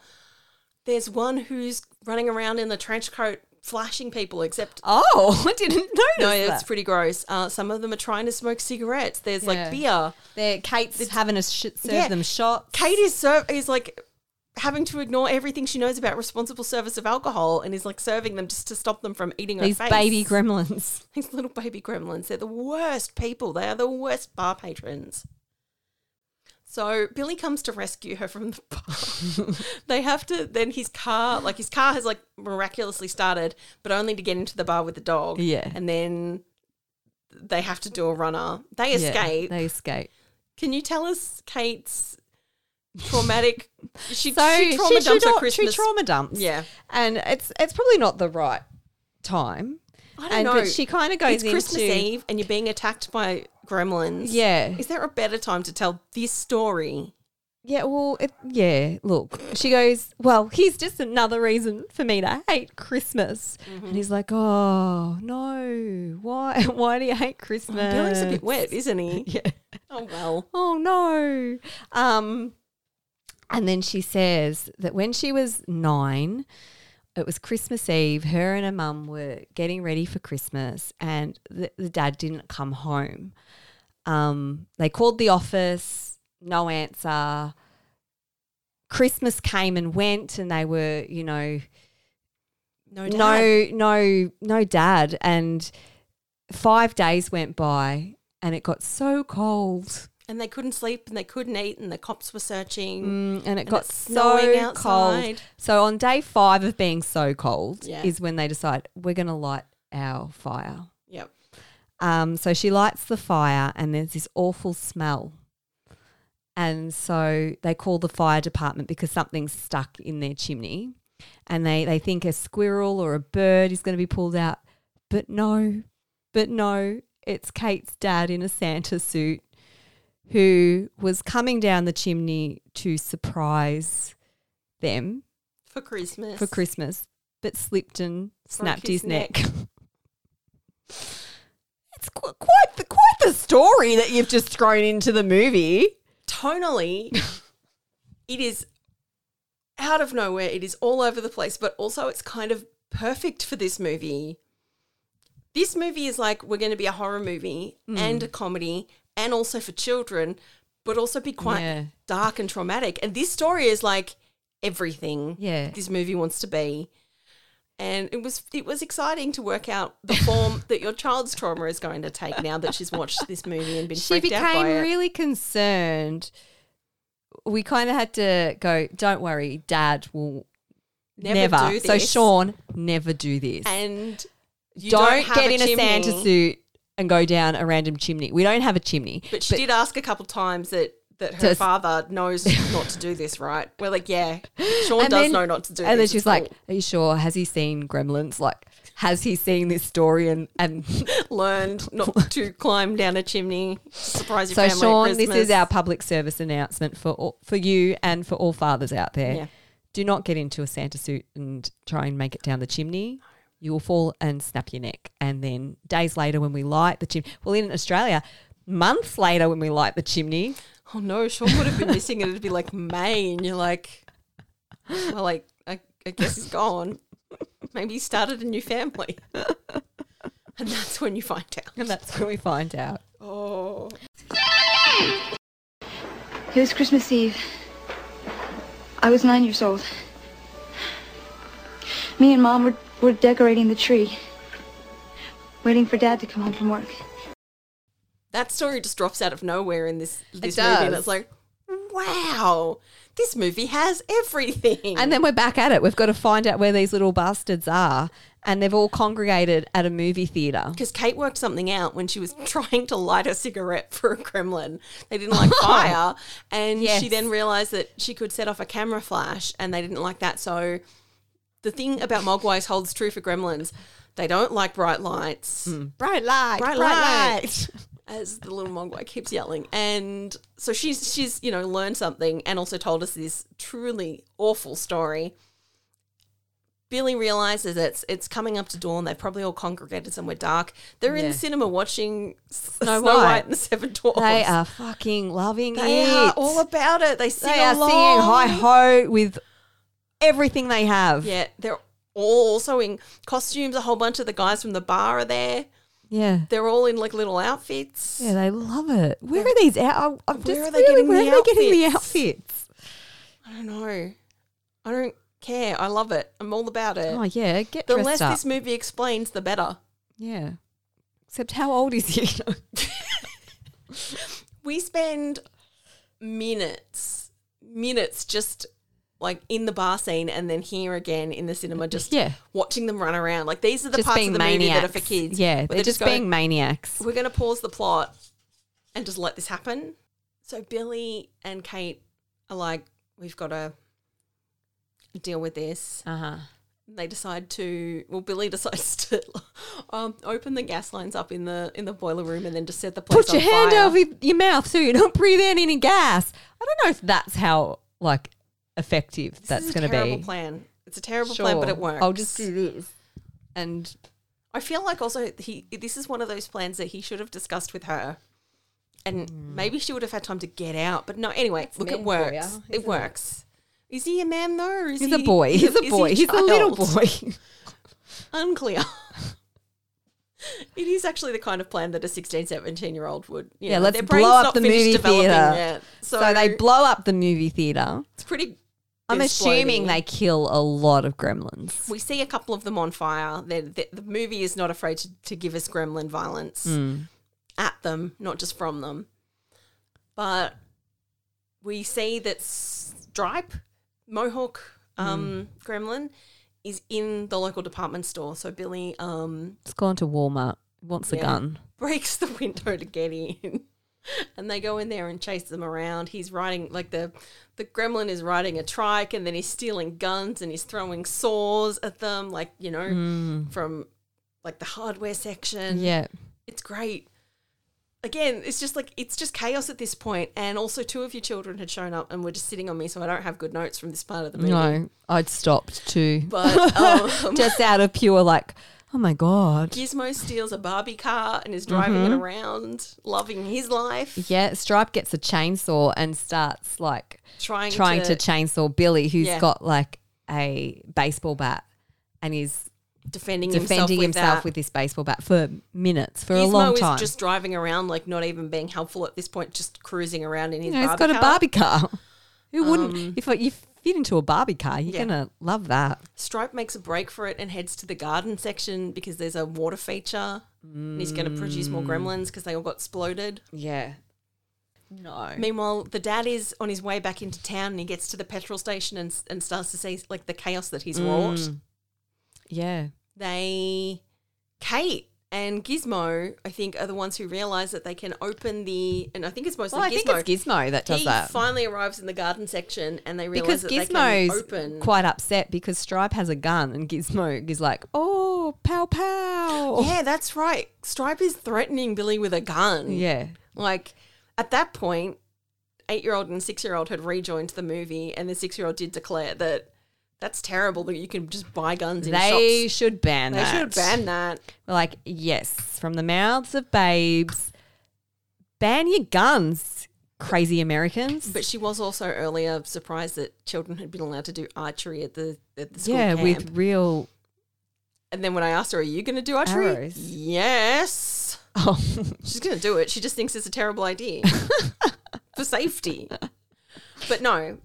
Speaker 6: There's one who's running around in the trench coat flashing people, except
Speaker 1: Oh, I didn't notice.
Speaker 6: no,
Speaker 1: that.
Speaker 6: it's pretty gross. Uh, some of them are trying to smoke cigarettes. There's
Speaker 1: Yeah.
Speaker 6: like beer.
Speaker 1: They're, Kate's having us sh- serve
Speaker 6: Yeah.
Speaker 1: them shots.
Speaker 6: Kate is so is like having to ignore everything she knows about responsible service of alcohol and is like serving them just to stop them from eating
Speaker 1: These
Speaker 6: her face.
Speaker 1: baby gremlins.
Speaker 6: These little baby gremlins. They're the worst people. They are the worst bar patrons. So Billy comes to rescue her from the bar. they have to then his car like his car has like miraculously started, but only to get into the bar with the dog.
Speaker 1: Yeah.
Speaker 6: And then they have to do a runner. They
Speaker 1: Yeah,
Speaker 6: escape.
Speaker 1: they escape.
Speaker 6: Can you tell us Kate's traumatic she,
Speaker 1: So
Speaker 6: she trauma dumps her
Speaker 1: tra-
Speaker 6: Christmas.
Speaker 1: She trauma dumps.
Speaker 6: Yeah.
Speaker 1: and it's it's probably not the right time.
Speaker 6: I don't
Speaker 1: and,
Speaker 6: know.
Speaker 1: But she kind of goes
Speaker 6: it's Christmas
Speaker 1: into-
Speaker 6: Eve and you're being attacked by gremlins.
Speaker 1: Yeah.
Speaker 6: Is there a better time to tell this story?
Speaker 1: Yeah, well, it, yeah, look. She goes, Well, here's just another reason for me to hate Christmas.
Speaker 6: Mm-hmm.
Speaker 1: And he's like, Oh, no. Why Why do you hate Christmas?
Speaker 6: Billy's Oh, a bit wet, isn't he?
Speaker 1: Yeah.
Speaker 6: Oh well.
Speaker 1: Oh, no. Um, and then she says that when she was nine, it was Christmas Eve. Her and her mum were getting ready for Christmas, and the, the dad didn't come home. Um, they called the office, no answer. Christmas came and went, and they were, you know,
Speaker 6: No,
Speaker 1: no, no, no dad. And five days went by, and it got so cold.
Speaker 6: And they couldn't sleep and they couldn't eat and the cops were searching.
Speaker 1: Mm, and it
Speaker 6: And
Speaker 1: got
Speaker 6: it's snowing
Speaker 1: so cold.
Speaker 6: outside.
Speaker 1: So on day five of being so cold
Speaker 6: Yeah.
Speaker 1: is when they decide we're going to light our fire.
Speaker 6: Yep.
Speaker 1: Um, so she lights the fire, and there's this awful smell. And so they call the fire department because something's stuck in their chimney, and they they think a squirrel or a bird is going to be pulled out, but no, but no, it's Kate's dad in a Santa suit who was coming down the chimney to surprise them
Speaker 6: For Christmas.
Speaker 1: for Christmas, but slipped and snapped
Speaker 6: his
Speaker 1: his, neck. it's qu- quite the, quite the story that you've just thrown into the movie.
Speaker 6: Tonally, it is out of nowhere. It is all over the place, but also it's kind of perfect for this movie. This movie is like we're going to be a horror movie
Speaker 1: Hmm.
Speaker 6: and a comedy and also for children, but also be quite
Speaker 1: Yeah.
Speaker 6: dark and traumatic. And this story is like everything
Speaker 1: Yeah.
Speaker 6: this movie wants to be. And it was it was exciting to work out the form that your child's trauma is going to take now that she's watched this movie and been
Speaker 1: She
Speaker 6: freaked out by
Speaker 1: became
Speaker 6: it.
Speaker 1: really concerned. We kind of had to go, don't worry, dad will never.
Speaker 6: do
Speaker 1: So,
Speaker 6: this.
Speaker 1: Sean, never do this.
Speaker 6: and you
Speaker 1: don't,
Speaker 6: have
Speaker 1: get in a
Speaker 6: chimney.
Speaker 1: Santa suit and go down a random chimney. We don't have a chimney.
Speaker 6: But she did ask a couple times that that her
Speaker 1: To-
Speaker 6: father knows not to do this, right? We're like, yeah, Sean
Speaker 1: And
Speaker 6: does
Speaker 1: then-
Speaker 6: know not to do.
Speaker 1: And then
Speaker 6: this.
Speaker 1: she's
Speaker 6: It's
Speaker 1: like, "Are you sure? Has he seen Gremlins? Like, has he seen this story?" And and
Speaker 6: cool. learned not to climb down a chimney. Surprise
Speaker 1: so,
Speaker 6: your family. at
Speaker 1: Sean, this
Speaker 6: Christmas.
Speaker 1: is our public service announcement for all, for you and for all fathers out there.
Speaker 6: Yeah.
Speaker 1: Do not get into a Santa suit and try and make it down the chimney. You will fall and snap your neck. And then days later, when we light the chimney, well, in Australia, months later, when we light the chimney,
Speaker 6: Oh no, Sean would have been missing it. It'd be like May, and you're like, well, like I, I guess he's gone. Maybe he started a new family, and that's when you find out.
Speaker 1: and that's when we find out.
Speaker 6: Oh,
Speaker 8: It was Christmas Eve. I was nine years old. Me and Mom were, were decorating the tree, waiting for Dad to come home from work.
Speaker 6: that story just drops out of nowhere in this this movie, and
Speaker 1: does.
Speaker 6: it's like, wow, this movie has everything.
Speaker 1: And then we're back at it. We've got to find out where these little bastards are. And they've all congregated at a movie theatre.
Speaker 6: because Kate worked something out when she was trying to light a cigarette for a gremlin. They didn't like fire, and
Speaker 1: Yes.
Speaker 6: she then realized that she could set off a camera flash, and they didn't like that. So the thing about mogwais holds true for gremlins. They don't like bright lights.
Speaker 1: Bright light,
Speaker 6: Bright,
Speaker 1: bright,
Speaker 6: light.
Speaker 1: light.
Speaker 6: As the little Mogwai keeps yelling. And so she's she's, you know, learned something and also told us this truly awful story. Billy realizes it's it's coming up to dawn. They've probably all congregated somewhere dark. They're in
Speaker 1: Yeah.
Speaker 6: the cinema watching S- Snow,
Speaker 1: Snow
Speaker 6: White.
Speaker 1: White
Speaker 6: and the Seven Dwarfs.
Speaker 1: They are fucking loving
Speaker 6: They
Speaker 1: it.
Speaker 6: are all about it. They sing
Speaker 1: they are
Speaker 6: along.
Speaker 1: singing hi ho with everything they have.
Speaker 6: Yeah, they're all also in costumes. A whole bunch of the guys from the bar are there.
Speaker 1: yeah.
Speaker 6: They're all in like little outfits.
Speaker 1: Yeah, they love it. Where are these out? I'm just
Speaker 6: Where
Speaker 1: where
Speaker 6: are
Speaker 1: are
Speaker 6: they getting
Speaker 1: where
Speaker 6: the
Speaker 1: are they getting the
Speaker 6: outfits?
Speaker 1: outfits?
Speaker 6: I don't know. I don't care. I love it. I'm all about it.
Speaker 1: Oh yeah, get
Speaker 6: the
Speaker 1: dressed
Speaker 6: less
Speaker 1: up.
Speaker 6: this movie explains, the better.
Speaker 1: yeah. Except how old is he?
Speaker 6: We spend minutes, minutes just like in the bar scene and then here again in the cinema, just
Speaker 1: Yeah.
Speaker 6: watching them run around. Like these are the
Speaker 1: just
Speaker 6: parts
Speaker 1: being
Speaker 6: of the
Speaker 1: maniacs.
Speaker 6: movie that are for kids.
Speaker 1: Yeah,
Speaker 6: where
Speaker 1: they're, just,
Speaker 6: go,
Speaker 1: being maniacs.
Speaker 6: we're going to pause the plot and just let this happen. So Billy and Kate are like, we've got to deal with this.
Speaker 1: Uh huh.
Speaker 6: They decide to. Well, Billy decides to um, open the gas lines up in the in the boiler room and then just set the place
Speaker 1: Put your
Speaker 6: on
Speaker 1: hand
Speaker 6: fire.
Speaker 1: over your mouth so you don't breathe in any gas. I don't know if that's how like effective
Speaker 6: This
Speaker 1: that's
Speaker 6: is a
Speaker 1: going to
Speaker 6: terrible
Speaker 1: be.
Speaker 6: plan. It's a terrible plan, but
Speaker 1: Sure.
Speaker 6: it works.
Speaker 1: I'll just do this. And
Speaker 6: I feel like also he. This is one of those plans that he should have discussed with her, and maybe she would have had time to get out. But no. Anyway, look, it
Speaker 1: Hmm. men for ya,
Speaker 6: works.
Speaker 1: isn't
Speaker 6: It
Speaker 1: it?
Speaker 6: works. Is he a man though? Or is
Speaker 1: he's
Speaker 6: he
Speaker 1: a boy.
Speaker 6: is
Speaker 1: He's a
Speaker 6: is he
Speaker 1: boy. He's a little
Speaker 6: child?
Speaker 1: boy.
Speaker 6: Unclear. it is actually the kind of plan that a 16, 17 year old would. You
Speaker 1: Yeah,
Speaker 6: know,
Speaker 1: let's
Speaker 6: their brain's
Speaker 1: blow up
Speaker 6: not
Speaker 1: the
Speaker 6: finished
Speaker 1: movie
Speaker 6: developing
Speaker 1: theatre.
Speaker 6: yet. So,
Speaker 1: So, they blow up the movie theater.
Speaker 6: It's pretty.
Speaker 1: I'm assuming
Speaker 6: exploding.
Speaker 1: they kill a lot of gremlins.
Speaker 6: We see a couple of them on fire. They're, the- the movie is not afraid to, to give us gremlin violence at them, not just from them. But we see that Stripe, Mohawk um, Gremlin, is in the local department store. So Billy um,
Speaker 1: It's gone to Walmart. Wants a
Speaker 6: Yeah.
Speaker 1: gun.
Speaker 6: breaks the window to get in. And they go in there and chase them around. He's riding like the the gremlin is riding a trike and then he's stealing guns and he's throwing saws at them, like, you know, from like the hardware section.
Speaker 1: Hmm. Yeah.
Speaker 6: It's great. Again, it's just like it's just chaos at this point. And also two of your children had shown up and were just sitting on me, so I don't have good notes from this part of the movie.
Speaker 1: No, I'd stopped too.
Speaker 6: But um,
Speaker 1: Just out of pure like, oh my god.
Speaker 6: Gizmo steals a Barbie car and is driving it around, loving his life.
Speaker 1: Mm-hmm. Yeah, Stripe gets a chainsaw and starts like
Speaker 6: trying
Speaker 1: trying to, chainsaw Billy, who's
Speaker 6: Yeah.
Speaker 1: got like a baseball bat and he's
Speaker 6: defending,
Speaker 1: defending himself
Speaker 6: himself,
Speaker 1: with
Speaker 6: with, that.
Speaker 1: this baseball bat for minutes, for a
Speaker 6: Gizmo
Speaker 1: long time.
Speaker 6: is just driving around, like not even being helpful at this point, just cruising around in his.
Speaker 1: you know, he's
Speaker 6: Barbie
Speaker 1: got a
Speaker 6: car. Um,
Speaker 1: Barbie car. Who wouldn't? If you fit into a Barbie car, you're
Speaker 6: Yeah.
Speaker 1: gonna love that.
Speaker 6: Stripe makes a break for it and heads to the garden section because there's a water feature. And he's going to produce
Speaker 1: Mm.
Speaker 6: more gremlins because they all got exploded.
Speaker 1: Yeah. No.
Speaker 6: Meanwhile, the dad is on his way back into town and he gets to the petrol station and, and starts to see like the chaos that he's wrought.
Speaker 1: Mm. Yeah.
Speaker 6: they Kate and Gizmo, I think, are the ones who realize that they can open the and I think it's mostly
Speaker 1: Well, I
Speaker 6: Gizmo.
Speaker 1: think it's Gizmo that does
Speaker 6: he
Speaker 1: that.
Speaker 6: finally arrives in the garden section and they
Speaker 1: because
Speaker 6: realize that they can
Speaker 1: Gizmo's
Speaker 6: open.
Speaker 1: quite upset because Stripe has a gun and Gizmo is like, oh, pow pow.
Speaker 6: yeah, that's right. Stripe is threatening Billy with a gun.
Speaker 1: Yeah.
Speaker 6: Like at that point, eight year old and six year old had rejoined the movie and the six year old did declare that that's terrible that you can just buy guns in
Speaker 1: They
Speaker 6: shops.
Speaker 1: should ban
Speaker 6: They
Speaker 1: that.
Speaker 6: should ban that.
Speaker 1: We're like, yes, from the mouths of babes, ban your guns, crazy Americans.
Speaker 6: But she was also earlier surprised that children had been allowed to do archery at the at the school
Speaker 1: yeah,
Speaker 6: camp.
Speaker 1: with real.
Speaker 6: and then when I asked her, "Are you going to do archery?"
Speaker 1: Arrows.
Speaker 6: Yes,
Speaker 1: Oh,
Speaker 6: she's going to do it. She just thinks it's a terrible idea for safety. But no,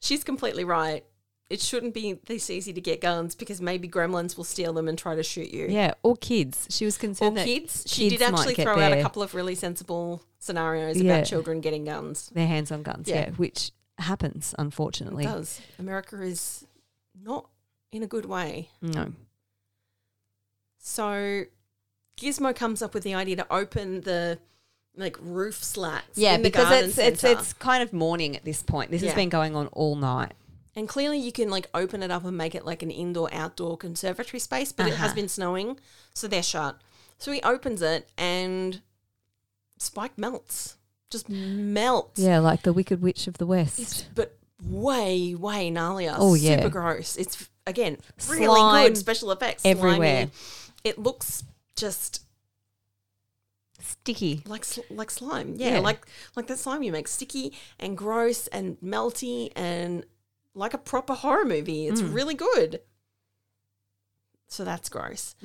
Speaker 6: she's completely right. It shouldn't be this easy to get guns because maybe gremlins will steal them and try to shoot you.
Speaker 1: yeah, or kids. She was
Speaker 6: Or
Speaker 1: concerned that
Speaker 6: kids. She did
Speaker 1: kids might
Speaker 6: actually
Speaker 1: get
Speaker 6: throw out a
Speaker 1: their-
Speaker 6: couple of really sensible scenarios
Speaker 1: Yeah.
Speaker 6: about children getting guns.
Speaker 1: their hands on guns.
Speaker 6: Yeah.
Speaker 1: Yeah, which happens
Speaker 6: It
Speaker 1: unfortunately.
Speaker 6: does. America is not in a good way.
Speaker 1: No.
Speaker 6: So Gizmo comes up with the idea to open the like roof slats.
Speaker 1: Yeah,
Speaker 6: in the
Speaker 1: because
Speaker 6: garden
Speaker 1: it's it's
Speaker 6: centre.
Speaker 1: it's kind of morning at this point. This
Speaker 6: Yeah.
Speaker 1: has been going on all night.
Speaker 6: And clearly, you can like open it up and make it like an indoor outdoor conservatory space, but it
Speaker 1: Uh-huh.
Speaker 6: has been snowing, so they're shut. So he opens it and Spike melts, just melts.
Speaker 1: Yeah, like the Wicked Witch of the West.
Speaker 6: But way, way gnarlier.
Speaker 1: Oh, yeah.
Speaker 6: Super gross. It's, again, really
Speaker 1: Slime
Speaker 6: good special effects.
Speaker 1: everywhere.
Speaker 6: Slimy. It looks just
Speaker 1: Sticky.
Speaker 6: like sl- like slime. Yeah,
Speaker 1: Yeah.
Speaker 6: like like that slime you make sticky and gross and melty and like a proper horror movie. It's
Speaker 1: Mm.
Speaker 6: really good. So that's gross.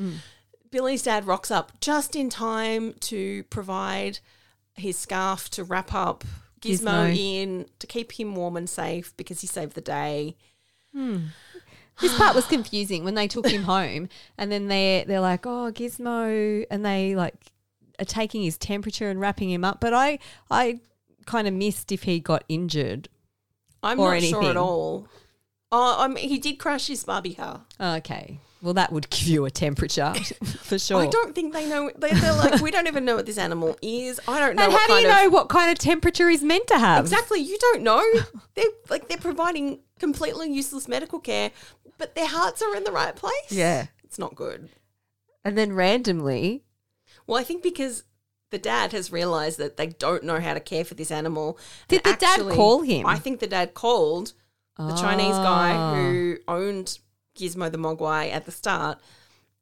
Speaker 6: Billy's dad rocks up just in time to provide his scarf to wrap up Gizmo,
Speaker 1: Gizmo.
Speaker 6: in to keep him warm and safe because he saved the day.
Speaker 1: This part was confusing when they took him home, and then they they're like, "Oh, Gizmo," and they like are taking his temperature and wrapping him up. But I I kind of missed if he got injured.
Speaker 6: I'm
Speaker 1: Or
Speaker 6: not sure
Speaker 1: anything.
Speaker 6: at all. Oh, I mean, he did crash his Barbie car.
Speaker 1: Oh, Okay, well that would give you a temperature for sure.
Speaker 6: I don't think they know. They, they're like, we don't even know what this animal is. I don't know.
Speaker 1: and
Speaker 6: what
Speaker 1: how do you
Speaker 6: kind of-
Speaker 1: know what kind of temperature he's meant to have?
Speaker 6: Exactly, you don't know. They're like they're providing completely useless medical care, but their hearts are in the right place.
Speaker 1: Yeah.
Speaker 6: it's not good.
Speaker 1: And then randomly,
Speaker 6: Well, I think because the dad has realised that they don't know how to care for this animal.
Speaker 1: Did
Speaker 6: And
Speaker 1: the dad call him?
Speaker 6: I think the dad called the
Speaker 1: Ah.
Speaker 6: Chinese guy who owned Gizmo the Mogwai at the start.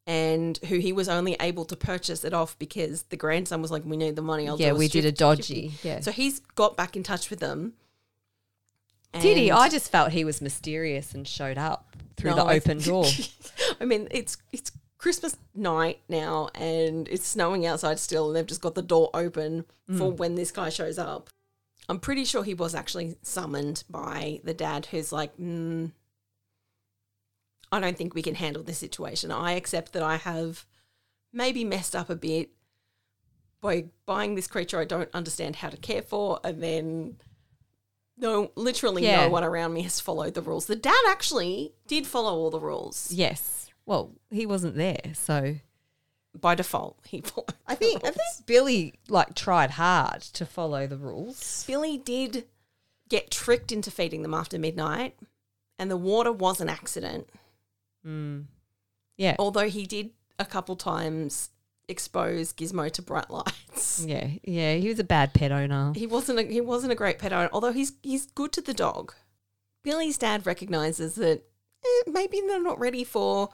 Speaker 6: And who he was only able to purchase it off because the grandson was like, "We need the money." I'll
Speaker 1: yeah,
Speaker 6: do
Speaker 1: we did a
Speaker 6: strip-
Speaker 1: dodgy. Yeah.
Speaker 6: So he's got back in touch with them.
Speaker 1: did he?
Speaker 6: And-
Speaker 1: I just felt he was mysterious and showed up through
Speaker 6: No,
Speaker 1: the
Speaker 6: I-
Speaker 1: open door.
Speaker 6: I mean, it's it's Christmas night now, and it's snowing outside still, and they've just got the door open
Speaker 1: Mm.
Speaker 6: for when this guy shows up. I'm pretty sure he was actually summoned by the dad, who's like, mm, "I don't think we can handle this situation. I accept that I have maybe messed up a bit." By buying this creature, I don't understand how to care for, and then no, literally
Speaker 1: Yeah.
Speaker 6: no one around me has followed the rules. The dad actually did follow all the rules.
Speaker 1: yes. Well, he wasn't there, so
Speaker 6: by default he followed.
Speaker 1: I think I think Billy like tried hard to follow the rules.
Speaker 6: Billy did get tricked into feeding them after midnight, and the water was an accident.
Speaker 1: Yeah.
Speaker 6: Although he did a couple times expose Gizmo to bright lights.
Speaker 1: Yeah. Yeah. He was a bad pet owner.
Speaker 6: He wasn't a, he wasn't a great pet owner, although he's he's good to the dog. Billy's dad recognizes that eh, maybe they're not ready for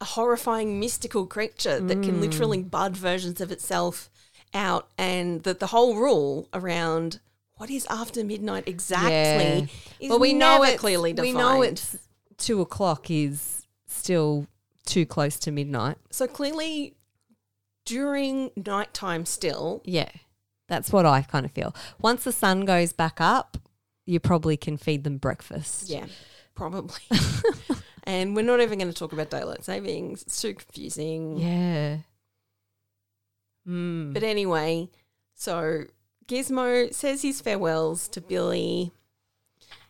Speaker 6: a horrifying mystical creature that
Speaker 1: Mm.
Speaker 6: can literally bud versions of itself out, and that the whole rule around what is after midnight exactly is
Speaker 1: Well, we know
Speaker 6: never
Speaker 1: it's
Speaker 6: clearly defined.
Speaker 1: We know it's two o'clock is still too close to midnight.
Speaker 6: so clearly during nighttime still.
Speaker 1: Yeah. That's what I kind of feel. Once the sun goes back up, you probably can feed them breakfast.
Speaker 6: Yeah, probably. and we're not even going to talk about daylight savings. It's too confusing.
Speaker 1: Yeah. Mm.
Speaker 6: But anyway, so Gizmo says his farewells to Billy.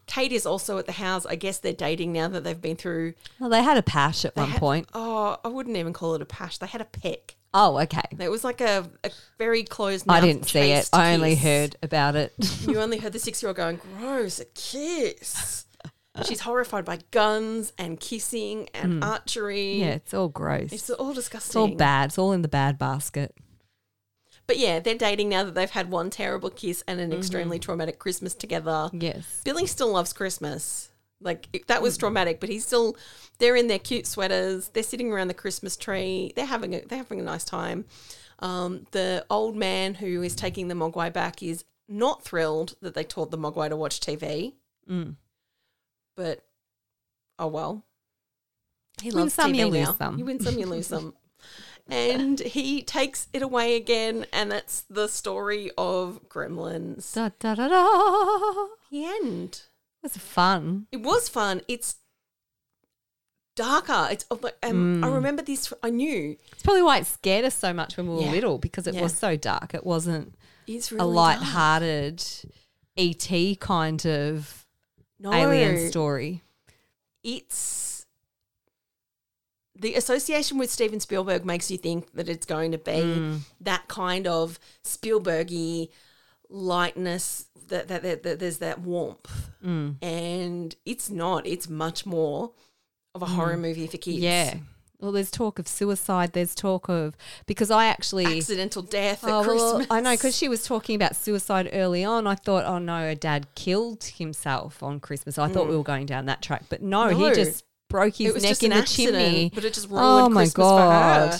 Speaker 6: Kate is also at the house. I guess they're dating now that they've been through.
Speaker 1: Well, they had a pash at
Speaker 6: they
Speaker 1: one
Speaker 6: had-
Speaker 1: point.
Speaker 6: Oh, I wouldn't even call it a pash. They had a peck.
Speaker 1: Oh, okay.
Speaker 6: It was like a, a very closed.
Speaker 1: I
Speaker 6: mouth
Speaker 1: didn't see it.
Speaker 6: taste
Speaker 1: I only
Speaker 6: kiss.
Speaker 1: heard about it.
Speaker 6: You only heard the six-year-old going, "Gross, a kiss." She's horrified by guns and kissing and archery.
Speaker 1: Mm. yeah, it's all gross.
Speaker 6: it's all disgusting.
Speaker 1: It's all bad. It's all in the bad basket.
Speaker 6: But yeah, they're dating now that they've had one terrible kiss and
Speaker 1: Mm-hmm.
Speaker 6: an extremely traumatic Christmas together.
Speaker 1: Yes.
Speaker 6: Billy still loves Christmas. Like it- that was traumatic, but he's still. They're in their cute sweaters. They're sitting around the Christmas tree. They're having a they're having a nice time. Um, the old man who is taking the Mogwai back is not thrilled that they taught the Mogwai to watch TV.
Speaker 1: Mm.
Speaker 6: But oh well. He
Speaker 1: Win
Speaker 6: loves
Speaker 1: some,
Speaker 6: TV
Speaker 1: you lose
Speaker 6: now.
Speaker 1: some.
Speaker 6: You win some, you lose some. And he takes it away again, and that's the story of Gremlins.
Speaker 1: Da, da, da, da.
Speaker 6: The end.
Speaker 1: It was fun.
Speaker 6: It was fun. It's darker. It's oh, but, um,
Speaker 1: Hmm.
Speaker 6: I remember this. I knew
Speaker 1: It's probably why it scared us so much when we were
Speaker 6: Yeah.
Speaker 1: little because it
Speaker 6: Yeah.
Speaker 1: was so dark. It wasn't
Speaker 6: it's
Speaker 1: a
Speaker 6: really dark.
Speaker 1: light-hearted ET kind of
Speaker 6: no,
Speaker 1: alien story.
Speaker 6: It's the association with Steven
Speaker 1: Hmm.
Speaker 6: Spielberg makes you think that it's going to be that kind of Spielbergy, lightness that, that, that, that there's that warmth
Speaker 1: Hmm.
Speaker 6: and it's not it's much more of a horror movie for kids
Speaker 1: Hmm. Yeah. Well, there's talk of suicide. There's talk of because I actually
Speaker 6: accidental death
Speaker 1: Oh,
Speaker 6: at
Speaker 1: well,
Speaker 6: christmas
Speaker 1: I know because she was talking about suicide early on. I thought, oh no, her dad killed himself on Christmas. I thought we were going down that track, but no,
Speaker 6: Mm. No.
Speaker 1: he just broke his
Speaker 6: was
Speaker 1: neck
Speaker 6: just
Speaker 1: in
Speaker 6: an
Speaker 1: the
Speaker 6: accident,
Speaker 1: chimney.
Speaker 6: but it just
Speaker 1: oh
Speaker 6: ruined
Speaker 1: my
Speaker 6: Christmas for
Speaker 1: god!
Speaker 6: her.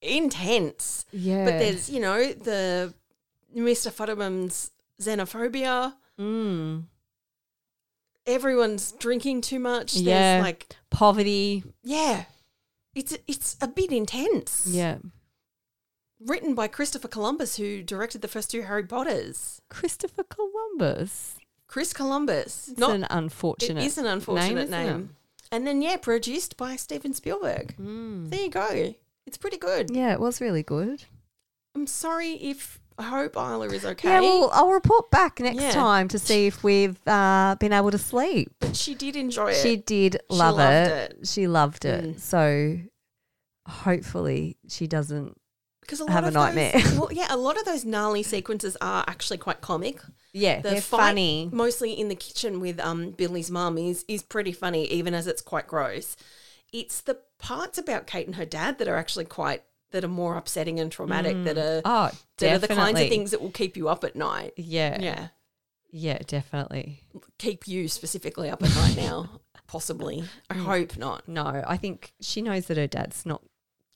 Speaker 6: intense
Speaker 1: Yeah,
Speaker 6: but there's you know the mr futterman's xenophobia
Speaker 1: Mm.
Speaker 6: everyone's drinking too much
Speaker 1: Yeah.
Speaker 6: there's like
Speaker 1: poverty.
Speaker 6: yeah it's it's a bit intense
Speaker 1: Yeah,
Speaker 6: written by christopher columbus who directed the first two harry potters
Speaker 1: Christopher Columbus.
Speaker 6: chris columbus
Speaker 1: It's
Speaker 6: not
Speaker 1: an unfortunate.
Speaker 6: It is an unfortunate name.
Speaker 1: isn't it?
Speaker 6: And then yeah, produced by Steven Spielberg. There you go. It's pretty good.
Speaker 1: Hmm. Yeah, it was really good.
Speaker 6: I'm sorry if I hope Isla is okay.
Speaker 1: Yeah, well, I'll report back next
Speaker 6: Yeah.
Speaker 1: time to see if we've uh, been able to sleep.
Speaker 6: but she did enjoy it.
Speaker 1: She did love
Speaker 6: loved
Speaker 1: it. Mm. She loved it. So hopefully she doesn't.
Speaker 6: because a
Speaker 1: have a nightmare.
Speaker 6: Those, well, yeah, a lot of those gnarly sequences are actually quite comic.
Speaker 1: Yeah,
Speaker 6: The
Speaker 1: they're
Speaker 6: fight,
Speaker 1: funny.
Speaker 6: mostly in the kitchen with um Billy's mum is is pretty funny, even as it's quite gross. It's the parts about Kate and her dad that are actually quite that are more upsetting and traumatic that are
Speaker 1: Oh,
Speaker 6: that are the kinds
Speaker 1: definitely.
Speaker 6: of things that will keep you up at night.
Speaker 1: Yeah, yeah,
Speaker 6: Yeah.
Speaker 1: definitely.
Speaker 6: keep you specifically up at night now. Possibly. I hope not.
Speaker 1: No, I think she knows that her dad's not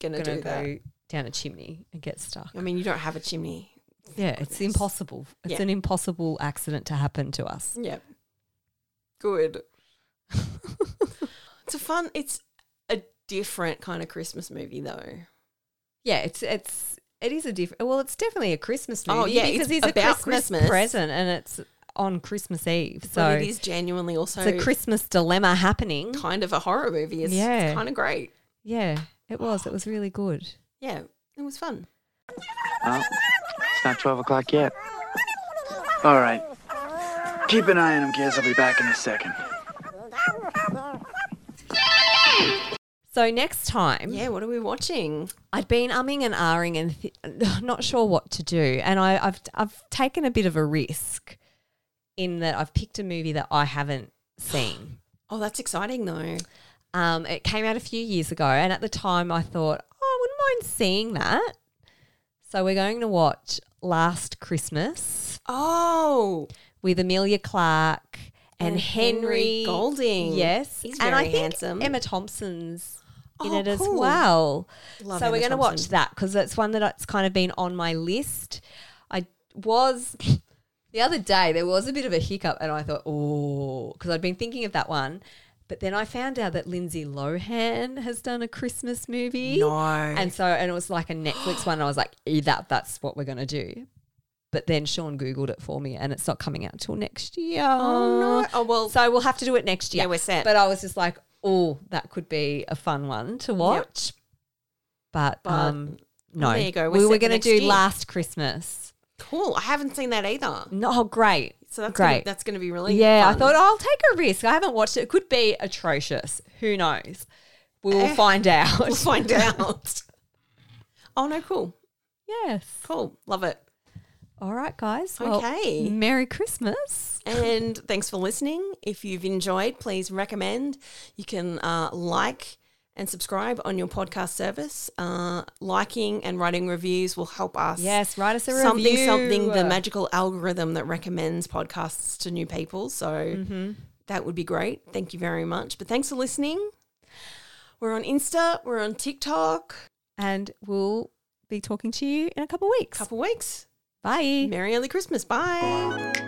Speaker 6: Gonna,
Speaker 1: going to
Speaker 6: do that.
Speaker 1: go down a chimney and get stuck.
Speaker 6: I mean, you don't have a chimney.
Speaker 1: yeah, it's impossible. It's
Speaker 6: Yeah.
Speaker 1: an impossible accident to happen to us.
Speaker 6: Yep. Good. it's a fun. It's a different kind of Christmas movie, though.
Speaker 1: Yeah, it's it's it is a different. Well, it's definitely a Christmas movie.
Speaker 6: Oh, yeah, it's
Speaker 1: because it's, a
Speaker 6: about
Speaker 1: Christmas,
Speaker 6: Christmas.
Speaker 1: present and it's on Christmas Eve. So
Speaker 6: but it is genuinely also
Speaker 1: it's a Christmas dilemma happening.
Speaker 6: kind of a horror movie. It's,
Speaker 1: Yeah.
Speaker 6: it's kind of great.
Speaker 1: Yeah, it was. It was really good.
Speaker 6: Yeah, it was fun.
Speaker 2: Well, it's not 12 o'clock yet. All right. Keep an eye on him, kids. I'll be back in a second.
Speaker 1: So next time,
Speaker 6: Yeah, what are we watching?
Speaker 1: I'd been umming and ahhing and th- not sure what to do, and I, I've I've taken a bit of a risk in that I've picked a movie that I haven't seen.
Speaker 6: Oh, that's exciting, though.
Speaker 1: Um, it came out a few years ago, and at the time I thought, oh, I wouldn't mind seeing that. So we're going to watch Last Christmas
Speaker 6: Oh,
Speaker 1: with Amelia Clark and,
Speaker 6: And
Speaker 1: Henry,
Speaker 6: Henry Golding.
Speaker 1: Yes,
Speaker 6: He's
Speaker 1: and I
Speaker 6: very
Speaker 1: think
Speaker 6: handsome.
Speaker 1: Emma Thompson's in
Speaker 6: Oh,
Speaker 1: it as
Speaker 6: cool.
Speaker 1: well.
Speaker 6: Love
Speaker 1: so we're
Speaker 6: Emma
Speaker 1: going to watch
Speaker 6: Thompson.
Speaker 1: that because it's one that's kind of been on my list. I was the other day there was a bit of a hiccup, and I thought, oh, because I'd been thinking of that one. But then I found out that Lindsay Lohan has done a Christmas movie. And so, and it was like a Netflix one. And I was like, "Eh, that, that's what we're going to do. But then Sean Googled it for me and it's not coming out till next year.
Speaker 6: Oh, no. Oh, well-
Speaker 1: So we'll have to do it next year.
Speaker 6: Yeah, we're set.
Speaker 1: But I was just like, oh, that could be a fun one to watch. But,
Speaker 6: But,
Speaker 1: um, no.
Speaker 6: there you go. We're
Speaker 1: We
Speaker 6: set
Speaker 1: were
Speaker 6: for
Speaker 1: going to
Speaker 6: next
Speaker 1: do
Speaker 6: year.
Speaker 1: Last Christmas.
Speaker 6: cool. I haven't seen that either.
Speaker 1: No, oh, great.
Speaker 6: So that's
Speaker 1: great.
Speaker 6: Gonna, that's going to be really
Speaker 1: yeah, I
Speaker 6: fun.
Speaker 1: thought I'll take a risk. I haven't watched it. It could be atrocious. Who knows? We'll find out.
Speaker 6: Eh. We'll find out. oh no, cool,
Speaker 1: Yes.
Speaker 6: cool, love it.
Speaker 1: All right, guys. Well,
Speaker 6: Okay.
Speaker 1: Merry Christmas.
Speaker 6: And thanks for listening. If you've enjoyed, please recommend. You can uh, like and subscribe on your podcast service. Uh, liking and writing reviews will help us.
Speaker 1: Yes, write us a
Speaker 6: something,
Speaker 1: review.
Speaker 6: something. The magical algorithm that recommends podcasts to new people. So
Speaker 1: Mm-hmm.
Speaker 6: that would be great. Thank you very much. But thanks for listening. We're on Insta. We're on TikTok.
Speaker 1: And we'll be talking to you in a couple of weeks.
Speaker 6: Couple weeks.
Speaker 1: Bye.
Speaker 6: Merry early Christmas. Bye.